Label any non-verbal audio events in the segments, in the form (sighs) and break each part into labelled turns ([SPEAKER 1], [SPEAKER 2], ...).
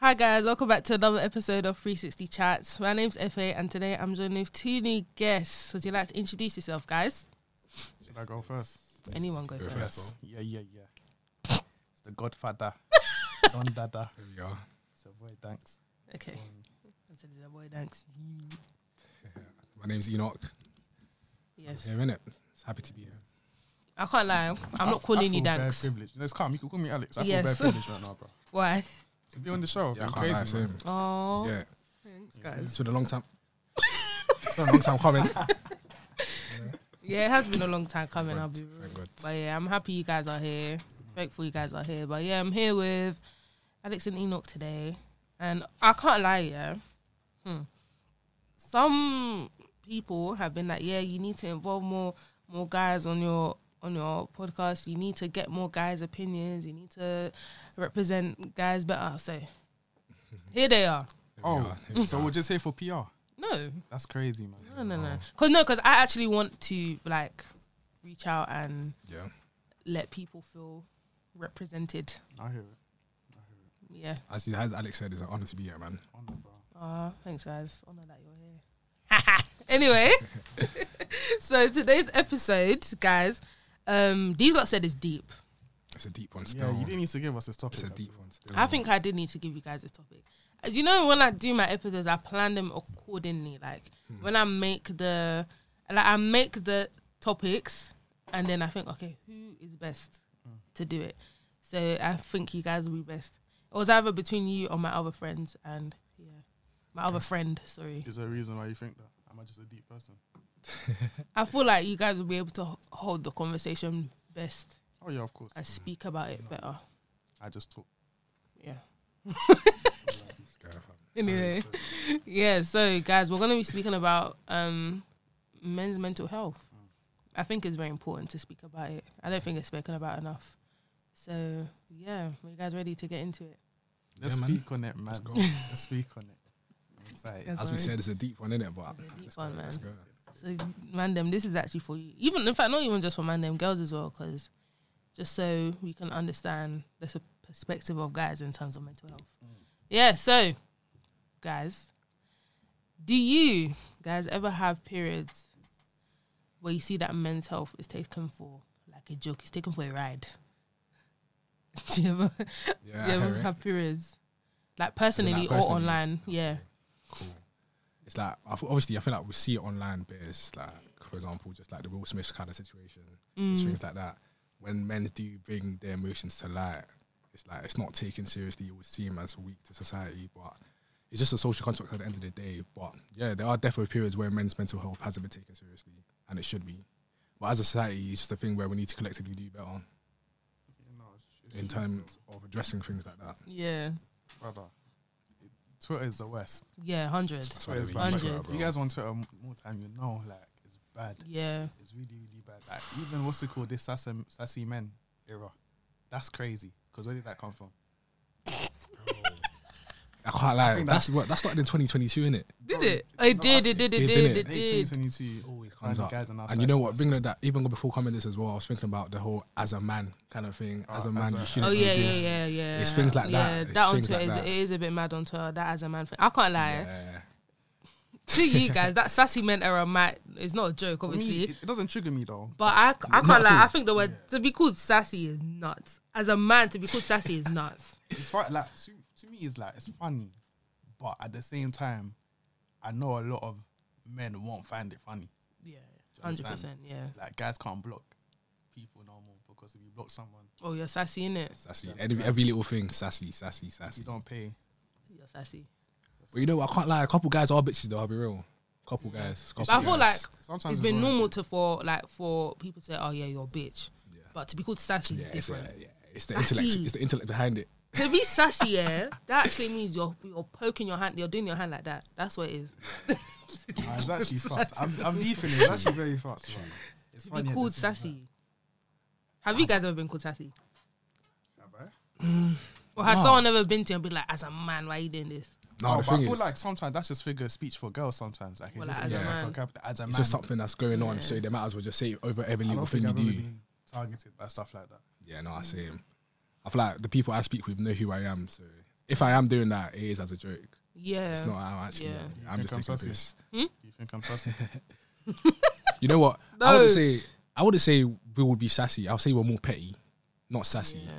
[SPEAKER 1] Hi guys, welcome back to another episode of 360 Chats. My name's FA and today I'm joined with two new guests. Would you like to introduce yourself, guys?
[SPEAKER 2] Should I go first?
[SPEAKER 1] Anyone go
[SPEAKER 3] Go
[SPEAKER 1] first?
[SPEAKER 3] first.
[SPEAKER 2] Yes. Yeah, yeah, yeah. it's the Godfather.
[SPEAKER 1] (laughs)
[SPEAKER 2] Don Dada.
[SPEAKER 3] There we are.
[SPEAKER 2] So boy, thanks.
[SPEAKER 1] Okay.
[SPEAKER 2] Um,
[SPEAKER 1] I said, "Is that boy, thanks."
[SPEAKER 3] My name's Enoch.
[SPEAKER 1] Yes.
[SPEAKER 3] Here in it. Happy to be here.
[SPEAKER 1] I can't lie. I'm
[SPEAKER 2] I-
[SPEAKER 1] not calling
[SPEAKER 2] I
[SPEAKER 1] you
[SPEAKER 2] feel bare
[SPEAKER 1] Danks.
[SPEAKER 2] privileged. No, it's calm. You can call me Alex. I feel
[SPEAKER 1] Yes.
[SPEAKER 2] very privileged right now, bro.
[SPEAKER 1] Why?
[SPEAKER 2] To be on the show,
[SPEAKER 3] Yeah, I can't
[SPEAKER 2] it's
[SPEAKER 3] lie,
[SPEAKER 2] crazy. man.
[SPEAKER 3] same.
[SPEAKER 1] Oh,
[SPEAKER 3] Yeah,
[SPEAKER 1] thanks,
[SPEAKER 3] it's
[SPEAKER 1] guys.
[SPEAKER 3] been a long time. it's been a long
[SPEAKER 1] (laughs)
[SPEAKER 3] time coming.
[SPEAKER 1] Yeah, it has been a long time coming. I'll be real.
[SPEAKER 3] Thank God.
[SPEAKER 1] But yeah, I'm happy you guys are here. Thankful you guys are here. But yeah, I'm here with Alex and Enoch today. And I can't lie, yeah. Hmm. Some people have been like, yeah, you need to involve more more guys on your on your podcast. You need to get more guys' opinions. You need to represent guys better. So here they are.
[SPEAKER 3] Here we
[SPEAKER 2] Oh,
[SPEAKER 3] are, here we
[SPEAKER 2] so
[SPEAKER 3] are.
[SPEAKER 2] we're just here for PR.
[SPEAKER 1] No,
[SPEAKER 2] That's crazy, man.
[SPEAKER 1] no, no, no. Cause no, cause I actually want to like reach out and
[SPEAKER 3] yeah.
[SPEAKER 1] let people feel represented.
[SPEAKER 2] I hear it. I hear it.
[SPEAKER 1] Yeah.
[SPEAKER 3] As, you, as Alex said, it's an honor to be here, man.
[SPEAKER 2] Honor, bro.
[SPEAKER 1] Uh, thanks, guys. Honor that you're here. (laughs) anyway, so today's episode, guys, um, these lot said is deep.
[SPEAKER 3] It's a deep one
[SPEAKER 2] Yeah,
[SPEAKER 3] still.
[SPEAKER 2] you didn't need to give us this topic.
[SPEAKER 3] it's a
[SPEAKER 2] bro.
[SPEAKER 3] deep one still.
[SPEAKER 1] I think I did need to give you guys a topic. Uh, You know, when I do my episodes, I plan them accordingly. Like when I make the, like I make the topics, and then I think, okay, who is best to do it? So I think you guys will be best. It was either between you or my other friends, and yeah, my other friend. Sorry,
[SPEAKER 2] Is there a reason why you think that? Am I just a deep person?
[SPEAKER 1] I feel like you guys will be able to h- hold the conversation best
[SPEAKER 2] Oh yeah, of course.
[SPEAKER 3] Mm.
[SPEAKER 1] and speak about it better.
[SPEAKER 2] I just talk.
[SPEAKER 1] Yeah.
[SPEAKER 3] Yeah, fam.
[SPEAKER 1] Anyway. (laughs) yeah so guys we're going to be speaking about um men's mental health
[SPEAKER 3] Mm.
[SPEAKER 1] i think it's very important to speak about it i don't think it's spoken about enough so yeah are you guys ready to get into it
[SPEAKER 2] Let's
[SPEAKER 3] Yeah, man.
[SPEAKER 2] speak on it, man.
[SPEAKER 3] Let's go.
[SPEAKER 2] Let's speak on it. I'm excited.
[SPEAKER 1] That's
[SPEAKER 3] As we
[SPEAKER 1] alright.
[SPEAKER 3] said, it's a deep one, innit? But
[SPEAKER 1] It's a deep
[SPEAKER 3] let's
[SPEAKER 1] one,
[SPEAKER 3] go, let's go.
[SPEAKER 1] so mandem this is actually for you even in fact not even just for mandem girls as well because just so we can understand the s- perspective of guys in terms of mental health
[SPEAKER 2] Mm.
[SPEAKER 1] yeah so guys do you guys ever have periods where you see that men's health is taken for like a joke it's taken for a ride (laughs) do you ever,
[SPEAKER 3] Yeah,
[SPEAKER 1] do you
[SPEAKER 3] I
[SPEAKER 1] ever
[SPEAKER 3] hear it.
[SPEAKER 1] have periods like personally or
[SPEAKER 3] personally?
[SPEAKER 1] online yeah
[SPEAKER 3] cool. It's like I feel- obviously I feel like we see it online, but it's like for example, just like the Will Smith kind of situation,
[SPEAKER 1] Mm.
[SPEAKER 3] just things like that. When men do bring their emotions to light, it's like it's not taken seriously. It would seem as weak to society, but it's just a social construct at the end of the day. But yeah, there are definitely periods where men's mental health hasn't been taken seriously, and it should be. But as a society, it's just a thing where we need to collectively do better
[SPEAKER 2] No, it's- it's
[SPEAKER 3] in
[SPEAKER 2] just-
[SPEAKER 3] terms of addressing things like that.
[SPEAKER 1] yeah
[SPEAKER 2] brother. it- Twitter is the worst.
[SPEAKER 1] yeah 100
[SPEAKER 3] That's why
[SPEAKER 2] Twitter is
[SPEAKER 3] they
[SPEAKER 2] bad.
[SPEAKER 1] Hundred.
[SPEAKER 3] use Twitter,
[SPEAKER 2] If you
[SPEAKER 3] bro.
[SPEAKER 2] guys on Twitter m- more time, you know, like it's bad.
[SPEAKER 1] yeah
[SPEAKER 2] It's really, really bad. Like even what's it called? This sassy, sassy men era. That's crazy. Because where did that come from?
[SPEAKER 3] I can't lie.
[SPEAKER 2] think
[SPEAKER 3] That's what that started in 2022, innit?
[SPEAKER 1] Did
[SPEAKER 2] Bro,
[SPEAKER 1] it? Oh, it
[SPEAKER 2] no,
[SPEAKER 1] did,
[SPEAKER 2] that's
[SPEAKER 1] it did, it did,
[SPEAKER 3] It didn't.
[SPEAKER 1] it
[SPEAKER 2] Late
[SPEAKER 1] did.
[SPEAKER 2] 2022
[SPEAKER 3] always comes
[SPEAKER 2] the
[SPEAKER 3] up.
[SPEAKER 2] guys on our
[SPEAKER 3] And you
[SPEAKER 2] side
[SPEAKER 3] know
[SPEAKER 2] is
[SPEAKER 3] what? Bringing up that even before coming this as well, I was thinking about the whole as a man kind of thing. As
[SPEAKER 2] Oh,
[SPEAKER 3] a man,
[SPEAKER 2] as a-
[SPEAKER 3] you
[SPEAKER 1] Oh
[SPEAKER 3] shouldn't do
[SPEAKER 1] yeah, yeah,
[SPEAKER 3] this.
[SPEAKER 1] yeah, yeah.
[SPEAKER 3] It's things like that.
[SPEAKER 1] Yeah,
[SPEAKER 3] It's
[SPEAKER 1] that on
[SPEAKER 3] things
[SPEAKER 1] Twitter
[SPEAKER 3] like
[SPEAKER 1] is,
[SPEAKER 3] that.
[SPEAKER 1] it is a bit mad on Twitter. That as a man thing, I can't lie.
[SPEAKER 3] Yeah.
[SPEAKER 1] To you guys, that sassy men era might it's not a joke,
[SPEAKER 2] For me,
[SPEAKER 1] obviously.
[SPEAKER 2] it, it doesn't trigger me though.
[SPEAKER 1] but I, c- I
[SPEAKER 3] Not
[SPEAKER 1] can't
[SPEAKER 3] at
[SPEAKER 1] lie. I
[SPEAKER 3] all.
[SPEAKER 1] think the word to be called sassy is nuts. As a man, to be called sassy is nuts.
[SPEAKER 2] It's fun, like to, to me, it's like it's funny, but at the same time, I know a lot of men won't find it funny.
[SPEAKER 1] Yeah,
[SPEAKER 2] you
[SPEAKER 1] hundred
[SPEAKER 2] understand?
[SPEAKER 1] percent. Yeah.
[SPEAKER 2] Like guys can't block people no more because if you block someone,
[SPEAKER 1] Oh, you're sassy in it.
[SPEAKER 3] Sassy. Every, every little thing, sassy, sassy, sassy.
[SPEAKER 2] you don't pay.
[SPEAKER 1] You're sassy.
[SPEAKER 3] But you know, what? I can't lie. A couple guys are bitches, though. I'll be real. Couple guys. Couple
[SPEAKER 1] But I
[SPEAKER 3] guys.
[SPEAKER 1] feel like
[SPEAKER 2] Sometimes
[SPEAKER 1] it's been
[SPEAKER 2] warranted.
[SPEAKER 1] normal to for like for people to say, "Oh yeah, you're a bitch,"
[SPEAKER 3] Yeah.
[SPEAKER 1] but to be called sassy
[SPEAKER 3] yeah,
[SPEAKER 1] is
[SPEAKER 3] it's,
[SPEAKER 1] different.
[SPEAKER 3] a, yeah, it's the
[SPEAKER 1] Sassy.
[SPEAKER 3] intellect. It's the intellect behind it.
[SPEAKER 1] To be sassy, yeah, that actually means you're you're poking your hand, you're doing your hand like that. That's what it is.
[SPEAKER 2] Nah,
[SPEAKER 1] (laughs)
[SPEAKER 2] it's actually fucked. I'm, I'm deep in it. It's actually very fucked. man. It's
[SPEAKER 1] To
[SPEAKER 2] funny
[SPEAKER 1] be
[SPEAKER 2] at the
[SPEAKER 1] called
[SPEAKER 2] same time.
[SPEAKER 1] sassy. Have you guys ever been called sassy?
[SPEAKER 2] Have I?
[SPEAKER 1] Or has
[SPEAKER 3] No.
[SPEAKER 1] someone ever been to you and been like, as a man, why are you doing this?
[SPEAKER 3] No,
[SPEAKER 2] oh,
[SPEAKER 3] the
[SPEAKER 2] but I
[SPEAKER 3] thing
[SPEAKER 2] feel
[SPEAKER 3] is,
[SPEAKER 2] like sometimes that's just figure of speech for girls. Sometimes like, it's
[SPEAKER 1] Well,
[SPEAKER 2] just
[SPEAKER 1] like, as
[SPEAKER 3] a
[SPEAKER 2] yeah,
[SPEAKER 1] man.
[SPEAKER 2] for cap- as a man,
[SPEAKER 3] it's just something that's going on.
[SPEAKER 1] Yeah,
[SPEAKER 3] So
[SPEAKER 1] it's-
[SPEAKER 3] they might as well just say it over every
[SPEAKER 2] I don't
[SPEAKER 3] little thing
[SPEAKER 2] think
[SPEAKER 3] you
[SPEAKER 2] I've ever
[SPEAKER 3] do.
[SPEAKER 2] been targeted by stuff like that.
[SPEAKER 3] Yeah, no, I see him. I feel like the people I speak with know who I am, so if I am doing that, it is as a joke.
[SPEAKER 1] Yeah.
[SPEAKER 3] It's not how I'm actually.
[SPEAKER 1] Yeah.
[SPEAKER 2] You
[SPEAKER 3] I'm
[SPEAKER 2] think
[SPEAKER 3] just
[SPEAKER 2] I'm
[SPEAKER 3] taking
[SPEAKER 2] sassy?
[SPEAKER 3] this.
[SPEAKER 2] You think
[SPEAKER 3] (laughs)
[SPEAKER 2] I'm sassy?
[SPEAKER 3] You know what? I
[SPEAKER 1] No.
[SPEAKER 3] wouldn't say. I wouldn't say we would be sassy. I'll say we're more petty, not sassy.
[SPEAKER 1] Yeah.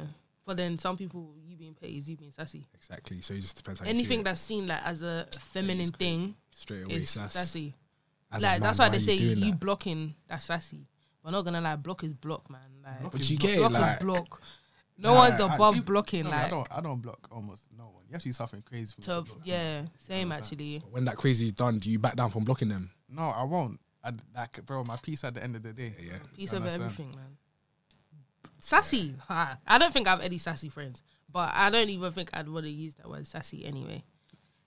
[SPEAKER 1] But then some people, you being petty is you being sassy.
[SPEAKER 3] Exactly. So it just depends. How
[SPEAKER 1] Anything
[SPEAKER 3] you see it.
[SPEAKER 1] that's seen like as a feminine thing
[SPEAKER 3] straight away
[SPEAKER 1] is
[SPEAKER 3] sass.
[SPEAKER 1] sassy.
[SPEAKER 3] As a
[SPEAKER 1] like that's
[SPEAKER 3] man,
[SPEAKER 1] why they
[SPEAKER 3] are
[SPEAKER 1] say you,
[SPEAKER 3] doing that?
[SPEAKER 1] blocking that's sassy. We're not gonna lie, block is block, man. Like
[SPEAKER 3] But you
[SPEAKER 1] block,
[SPEAKER 3] get it, like
[SPEAKER 1] is block. No
[SPEAKER 2] Nah,
[SPEAKER 1] one's
[SPEAKER 2] I-
[SPEAKER 1] above
[SPEAKER 2] people-
[SPEAKER 1] blocking.
[SPEAKER 2] No, I
[SPEAKER 1] like
[SPEAKER 2] don't. I don't block almost no one. You have to do something crazy. For me to
[SPEAKER 1] to,
[SPEAKER 2] block.
[SPEAKER 1] yeah, same
[SPEAKER 2] Understand.
[SPEAKER 1] actually.
[SPEAKER 3] when that crazy is done, do you back down from blocking them?
[SPEAKER 2] No, I won't. I, like, bro, my piece at the end of the day.
[SPEAKER 3] Yeah,
[SPEAKER 1] Piece
[SPEAKER 2] I
[SPEAKER 1] of
[SPEAKER 2] understand.
[SPEAKER 1] everything, man. Sassy. Ha. I don't think I have any sassy friends, but I don't even think I'd want to use that word sassy anyway.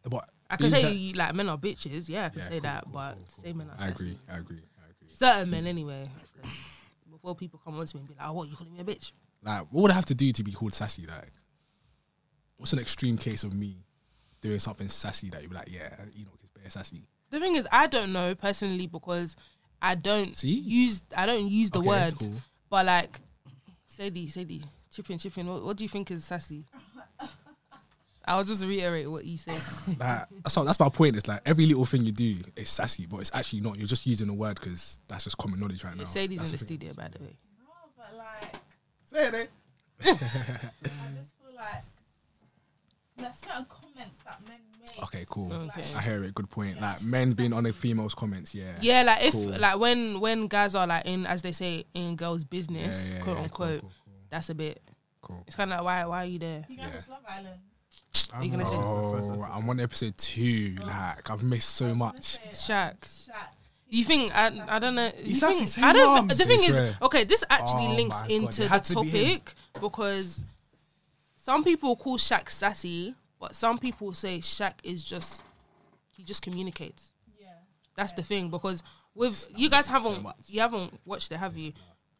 [SPEAKER 3] but
[SPEAKER 1] I can
[SPEAKER 3] being
[SPEAKER 1] say
[SPEAKER 3] sa-
[SPEAKER 1] you like men are bitches. Yeah, I can
[SPEAKER 3] Yeah,
[SPEAKER 1] say
[SPEAKER 3] cool,
[SPEAKER 1] that,
[SPEAKER 3] cool,
[SPEAKER 1] but
[SPEAKER 3] cool, cool.
[SPEAKER 1] say men are.
[SPEAKER 3] I
[SPEAKER 1] sassy.
[SPEAKER 3] agree. I agree. I agree.
[SPEAKER 1] Certain men anyway. 'cause Before people come on to me and be like, "Oh, what you calling me a bitch?"
[SPEAKER 3] Like, what would I have to do to be called sassy? Like, what's an extreme case of me doing something sassy that you'd be like, yeah, Enoch is better sassy?
[SPEAKER 1] The thing is, I don't know personally because I don't
[SPEAKER 3] See?
[SPEAKER 1] use I don't use the
[SPEAKER 3] Okay,
[SPEAKER 1] word.
[SPEAKER 3] cool.
[SPEAKER 1] But like, Sadie, Sadie, chipping, chipping. What, what do you think is sassy? I'll just reiterate what you said.
[SPEAKER 3] Like, that's, not, that's my point. It's like every little thing you do is sassy, but it's actually not. You're just using the word because that's just common knowledge right now.
[SPEAKER 1] Sadie's
[SPEAKER 3] That's
[SPEAKER 1] in the
[SPEAKER 3] the thing.
[SPEAKER 1] studio, by the way.
[SPEAKER 4] No, Oh, but like,
[SPEAKER 2] Say it. eh?
[SPEAKER 4] (laughs) I just feel like there's certain comments that men make.
[SPEAKER 3] Okay, cool.
[SPEAKER 1] Okay.
[SPEAKER 3] I hear it. Good point. Like men being on the females' comments. Yeah.
[SPEAKER 1] Yeah, like if
[SPEAKER 3] Cool.
[SPEAKER 1] like when when guys are like in as they say in girls' business,
[SPEAKER 3] yeah,
[SPEAKER 1] quote
[SPEAKER 3] yeah,
[SPEAKER 1] unquote.
[SPEAKER 3] Cool. cool,
[SPEAKER 1] That's a bit.
[SPEAKER 3] cool, cool.
[SPEAKER 1] It's kind of like why why are you there?
[SPEAKER 4] You guys
[SPEAKER 3] Yeah.
[SPEAKER 4] watch Love Island.
[SPEAKER 2] Are
[SPEAKER 1] you gonna say-
[SPEAKER 3] Oh, I'm on episode two. Like I've missed so much.
[SPEAKER 1] Shaq.
[SPEAKER 4] Shaq.
[SPEAKER 1] You think I? I don't know. You
[SPEAKER 2] He's sassy,
[SPEAKER 1] think,
[SPEAKER 2] say
[SPEAKER 1] I don't.
[SPEAKER 2] mum.
[SPEAKER 1] the thing
[SPEAKER 3] It's
[SPEAKER 1] is,
[SPEAKER 3] rare.
[SPEAKER 1] okay, this actually
[SPEAKER 2] Oh
[SPEAKER 1] links
[SPEAKER 2] my God,
[SPEAKER 1] into
[SPEAKER 2] it
[SPEAKER 1] the
[SPEAKER 2] had to be him.
[SPEAKER 1] topic because some people call Shaq sassy, but some people say Shaq is just he just communicates.
[SPEAKER 4] Yeah.
[SPEAKER 1] That's the thing because with you guys haven't you haven't watched it, have you?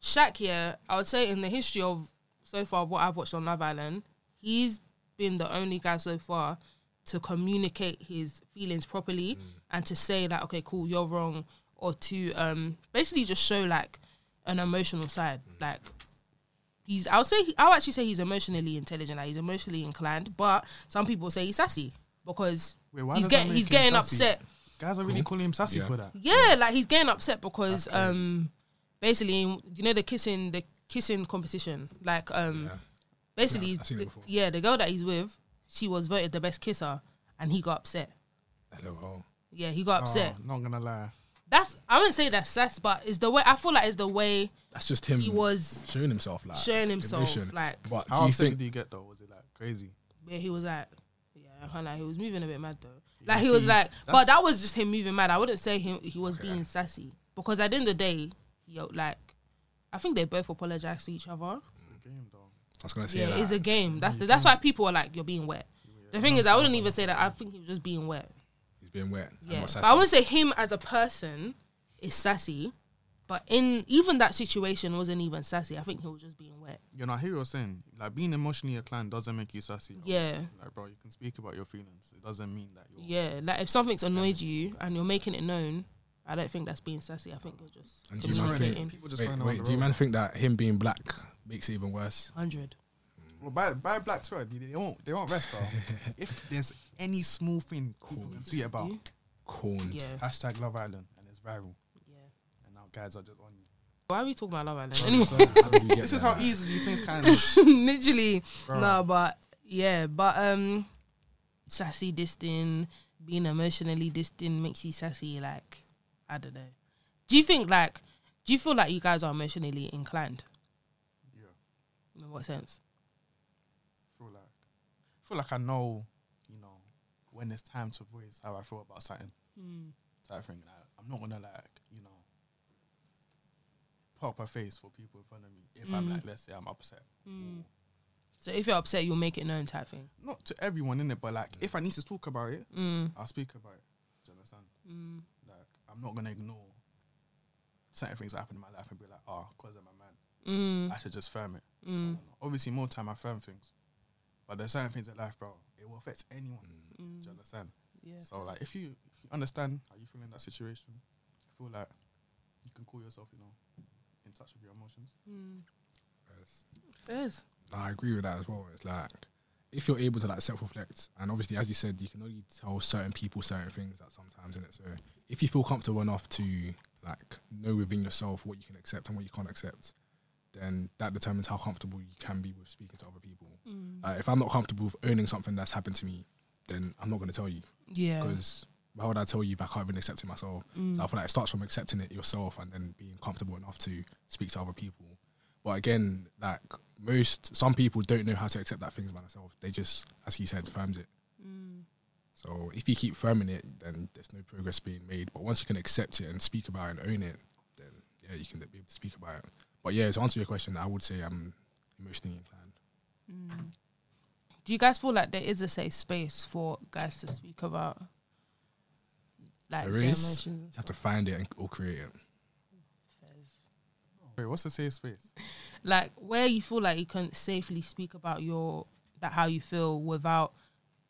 [SPEAKER 1] Shaq here, I would say in the history of so far of what I've watched on Love Island, he's been the only guy so far to communicate his feelings properly
[SPEAKER 2] Mm.
[SPEAKER 1] and to say that okay, cool, you're wrong, or to um basically just show like an emotional side,
[SPEAKER 2] Mm.
[SPEAKER 1] like. He's, I'll say, he, I'll actually say he's emotionally intelligent. Like he's emotionally inclined, but some people say he's sassy because
[SPEAKER 2] Wait, why
[SPEAKER 1] he's
[SPEAKER 2] does that
[SPEAKER 1] getting
[SPEAKER 2] make
[SPEAKER 1] he's
[SPEAKER 2] him
[SPEAKER 1] getting
[SPEAKER 2] sassy?
[SPEAKER 1] upset
[SPEAKER 2] Guys are really calling him sassy
[SPEAKER 3] Yeah.
[SPEAKER 2] for that.
[SPEAKER 1] yeah, like he's getting upset because um basically you know the kissing the kissing competition. Like um
[SPEAKER 3] Yeah.
[SPEAKER 1] basically
[SPEAKER 3] Yeah, I've seen it
[SPEAKER 1] the-
[SPEAKER 3] before.
[SPEAKER 1] yeah, the girl that he's with, she was voted the best kisser and he got upset.
[SPEAKER 3] Hello. oh.
[SPEAKER 1] Yeah, he got upset.
[SPEAKER 2] Oh, not gonna lie.
[SPEAKER 1] That's I wouldn't say that's sass, but it's the way I feel like it's the way
[SPEAKER 3] That's just him.
[SPEAKER 1] he was
[SPEAKER 3] showing himself like
[SPEAKER 1] showing himself.
[SPEAKER 3] emotion.
[SPEAKER 1] Like
[SPEAKER 3] But do
[SPEAKER 2] How
[SPEAKER 3] you
[SPEAKER 2] upset
[SPEAKER 3] think
[SPEAKER 2] did he get though? Was it like crazy?
[SPEAKER 1] where he was like, yeah, I can't lie, he was moving a bit mad though. Like
[SPEAKER 2] You
[SPEAKER 1] he was
[SPEAKER 2] see,
[SPEAKER 1] like, but
[SPEAKER 2] that's-
[SPEAKER 1] that was just him moving mad. I wouldn't say him he was
[SPEAKER 3] Okay.
[SPEAKER 1] being sassy because at the end of the day, yo, like I think they both apologized to each other.
[SPEAKER 2] It's the game though.
[SPEAKER 3] I was gonna say
[SPEAKER 1] Yeah,
[SPEAKER 3] that?
[SPEAKER 1] it's a game. That's the, that's why people are like, you're being wet. The thing is, I wouldn't even say that. I think he was just being wet.
[SPEAKER 3] he's being wet. and
[SPEAKER 1] Yeah,
[SPEAKER 3] not
[SPEAKER 1] but
[SPEAKER 3] sassy.
[SPEAKER 1] I wouldn't say him as a person is sassy. But in even that situation wasn't even sassy. I think he was just being wet.
[SPEAKER 2] You know, I hear what you're saying. Like being emotionally inclined doesn't make you sassy. though.
[SPEAKER 1] Yeah,
[SPEAKER 2] Like, bro, you can speak about your feelings. It doesn't mean that you're.
[SPEAKER 1] yeah. Like if something's annoyed you and you're making it known, I don't think that's being sassy. I think you're just
[SPEAKER 3] And do you not think-
[SPEAKER 1] communicating.
[SPEAKER 2] People just
[SPEAKER 3] wait,
[SPEAKER 2] find out on
[SPEAKER 3] wait.
[SPEAKER 2] the
[SPEAKER 3] Do you
[SPEAKER 2] road.
[SPEAKER 3] man think that him being black makes it even worse?
[SPEAKER 1] Hundred.
[SPEAKER 2] Well, by by Black Twitter, they won't they won't rest. though. if there's any small thing people can tweet about,
[SPEAKER 1] You?
[SPEAKER 3] Corned.
[SPEAKER 1] Yeah,
[SPEAKER 2] hashtag Love Island, and it's viral.
[SPEAKER 1] yeah.
[SPEAKER 2] And now guys are just on you.
[SPEAKER 1] Why are we talking about Love Island? Anyway,
[SPEAKER 3] How do you get
[SPEAKER 2] This is
[SPEAKER 3] there?
[SPEAKER 2] how easily
[SPEAKER 1] (laughs)
[SPEAKER 2] things kind of.
[SPEAKER 1] literally
[SPEAKER 2] Bro.
[SPEAKER 1] no but yeah but um sassy distant being emotionally distant makes you sassy like i don't know do you think like do you feel like you guys are emotionally inclined
[SPEAKER 2] Yeah,
[SPEAKER 1] in what sense
[SPEAKER 2] feel like feel like I know, you know, when it's time to voice how I feel about something type thing. Like, I'm not gonna like you know pop a face for people in front of me if I'm
[SPEAKER 1] Mm.
[SPEAKER 2] like let's say I'm upset. Or-
[SPEAKER 1] so if you're upset you'll make it known type thing
[SPEAKER 2] Not to everyone in it, but like if I need to talk about it, I'll speak about it. Do you understand?
[SPEAKER 1] mm.
[SPEAKER 2] Like I'm not gonna ignore certain things that happen in my life and be like, oh, because I'm a man,
[SPEAKER 1] Mm.
[SPEAKER 2] I should just firm it.
[SPEAKER 1] Mm.
[SPEAKER 2] Obviously, more time I firm things, but there's certain things in life, bro. It will affect anyone.
[SPEAKER 3] Mm,
[SPEAKER 2] Do
[SPEAKER 1] Mm.
[SPEAKER 2] you understand?
[SPEAKER 1] yeah
[SPEAKER 2] So like, if you if you understand how you feel in that situation, I feel like you can call yourself, you know, in touch with your emotions.
[SPEAKER 1] mm.
[SPEAKER 3] Yes.
[SPEAKER 1] Yes.
[SPEAKER 3] I agree with that as well. It's like if you're able to like self reflect, and obviously as you said, you can only tell certain people certain things at sometimes, in it. So if you feel comfortable enough to like know within yourself what you can accept and what you can't accept, then that determines how comfortable you can be with speaking to other people.
[SPEAKER 1] Uh,
[SPEAKER 3] Like, if I'm not comfortable with owning something that's happened to me, then I'm not going to tell you
[SPEAKER 1] Yeah. Mm.
[SPEAKER 3] because why would I tell you if I can't even accept it myself? So I feel like it starts from accepting it yourself and then being comfortable enough to speak to other people. But again, like most, some people don't know how to accept that things by themselves. They just, as he said, firms it.
[SPEAKER 1] Mm.
[SPEAKER 3] So if you keep firming it, then there's no progress being made. But once you can accept it and speak about it and own it, then yeah, you can be able to speak about it. But yeah, to answer your question, I would say I'm emotionally inclined.
[SPEAKER 1] Do you guys feel like there is a safe space for guys to speak about like
[SPEAKER 3] There
[SPEAKER 1] their
[SPEAKER 3] is.
[SPEAKER 1] emotions?
[SPEAKER 3] You
[SPEAKER 1] and
[SPEAKER 3] have to find it and, or create it.
[SPEAKER 1] affairs? Oh.
[SPEAKER 2] Wait, what's the safe space?
[SPEAKER 1] Like where you feel like you can safely speak about your that how you feel without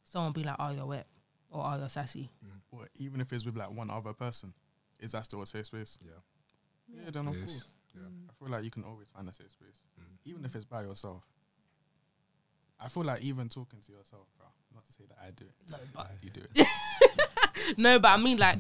[SPEAKER 1] someone being like, "Oh, you're wet," or "Oh, you're sassy."
[SPEAKER 2] Well, even if it's with like one other person, is that still a safe space?
[SPEAKER 3] Yeah,
[SPEAKER 2] Yeah, then of
[SPEAKER 3] It is.
[SPEAKER 2] course.
[SPEAKER 3] Yeah.
[SPEAKER 2] I feel like you can always find a safe space,
[SPEAKER 3] Mm.
[SPEAKER 2] even if it's by yourself. I feel like even talking to yourself, bro. Not to say that I do it,
[SPEAKER 1] No, but
[SPEAKER 2] you do
[SPEAKER 1] (laughs)
[SPEAKER 2] it.
[SPEAKER 1] no, but I mean like.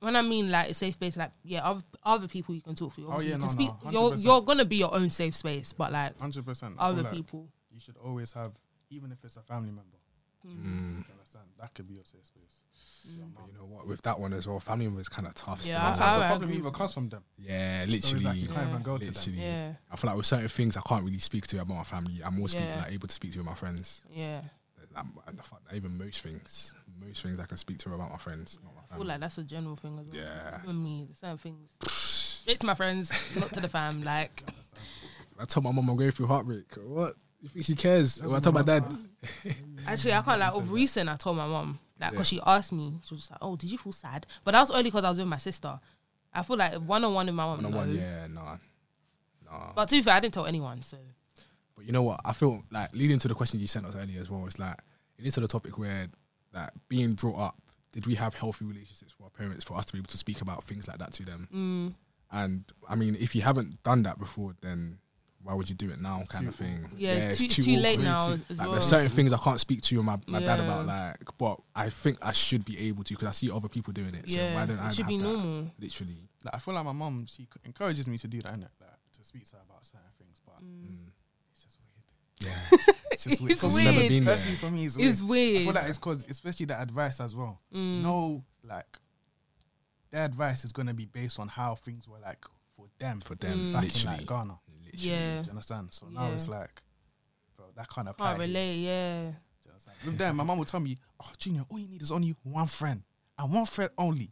[SPEAKER 1] When I mean like a safe space, like yeah, other, other people you can talk to. Obviously,
[SPEAKER 2] yeah,
[SPEAKER 1] you can
[SPEAKER 2] no, no,
[SPEAKER 1] speak.
[SPEAKER 2] 100%.
[SPEAKER 1] you're you're gonna be your own safe space, but like
[SPEAKER 2] Hundred percent.
[SPEAKER 1] other people,
[SPEAKER 2] you should always have, even if it's a family member.
[SPEAKER 3] Mm.
[SPEAKER 2] You understand? That could be your safe space. Your
[SPEAKER 3] But
[SPEAKER 2] mum.
[SPEAKER 3] you know what? With that one as well, family members kind of tough.
[SPEAKER 1] Mm. Yeah,
[SPEAKER 3] sometimes.
[SPEAKER 2] Sometimes
[SPEAKER 1] I
[SPEAKER 2] the problem
[SPEAKER 1] agree
[SPEAKER 2] even
[SPEAKER 1] with
[SPEAKER 2] comes from them.
[SPEAKER 3] yeah,
[SPEAKER 2] So
[SPEAKER 3] literally.
[SPEAKER 2] it's like you can't
[SPEAKER 1] Yeah.
[SPEAKER 2] even go to them.
[SPEAKER 3] literally.
[SPEAKER 1] yeah,
[SPEAKER 3] I feel like with certain things I can't really speak to about my family. I'm more speaking,
[SPEAKER 1] Yeah.
[SPEAKER 3] like, able to speak to with my friends.
[SPEAKER 1] yeah.
[SPEAKER 3] Um, and the fact that even most things, most things I can speak to about my friends, not my
[SPEAKER 1] I feel
[SPEAKER 3] family.
[SPEAKER 1] like that's a general thing as well.
[SPEAKER 3] Um, Yeah.
[SPEAKER 1] Even me, the same things. Straight to my friends, not to the fam. Like,
[SPEAKER 3] I told my mom I'm going through heartbreak. What? You think she cares? Well, I
[SPEAKER 2] Doesn't
[SPEAKER 3] told my dad.
[SPEAKER 2] matter.
[SPEAKER 1] actually, I can't like. Of recent, I told my mom like because she asked me, she was just like, "Oh, did you feel sad?" But that was only because I was with my sister. I feel like one on one with my mom.
[SPEAKER 3] One on
[SPEAKER 1] no.
[SPEAKER 3] one, yeah, nah, nah.
[SPEAKER 1] But to be fair, I didn't tell anyone. So
[SPEAKER 3] But you know what? I feel like leading to the question you sent us earlier as well. It's like it leads to the topic where like being brought up. Did we have healthy relationships with our parents for us to be able to speak about things like that to them?
[SPEAKER 1] mm,
[SPEAKER 3] And I mean, if you haven't done that before, then why would you do it now, kind
[SPEAKER 2] too
[SPEAKER 3] of thing?
[SPEAKER 1] yeah, it's, too, too, late
[SPEAKER 3] awkward.
[SPEAKER 1] now.
[SPEAKER 2] too-
[SPEAKER 1] As
[SPEAKER 3] Like,
[SPEAKER 1] well.
[SPEAKER 3] there's certain things I can't speak to you and my, my dad
[SPEAKER 1] Yeah.
[SPEAKER 3] about, like, but I think I should be able to because I see other people doing it.
[SPEAKER 1] yeah,
[SPEAKER 3] So why don't I
[SPEAKER 1] it should
[SPEAKER 3] have
[SPEAKER 1] be
[SPEAKER 3] that?
[SPEAKER 1] normal.
[SPEAKER 3] Literally.
[SPEAKER 2] Like, I feel like my mom, she c- encourages me to do that, innit? Like, to speak to her about certain things, but
[SPEAKER 3] Mm.
[SPEAKER 2] it's just (laughs) weird.
[SPEAKER 1] (laughs)
[SPEAKER 3] Yeah.
[SPEAKER 2] It's just weird.
[SPEAKER 1] It's
[SPEAKER 2] for me.
[SPEAKER 3] I've never
[SPEAKER 1] weird.
[SPEAKER 3] been there.
[SPEAKER 2] Personally, for me, it's weird.
[SPEAKER 1] It's weird.
[SPEAKER 2] I feel like it's because, especially the advice as well.
[SPEAKER 1] Mm.
[SPEAKER 2] No, like, their advice is going to be based on how things were like for them
[SPEAKER 3] For them,
[SPEAKER 2] back
[SPEAKER 3] literally.
[SPEAKER 2] in like Ghana.
[SPEAKER 1] Mm.
[SPEAKER 3] literally.
[SPEAKER 1] yeah,
[SPEAKER 2] Do you understand? So now
[SPEAKER 1] Yeah.
[SPEAKER 2] it's like, bro, that kind of
[SPEAKER 1] can't relate. Yeah,
[SPEAKER 2] With them, my mom will tell me, "Oh, Junior, all you need is only one friend, and one friend only."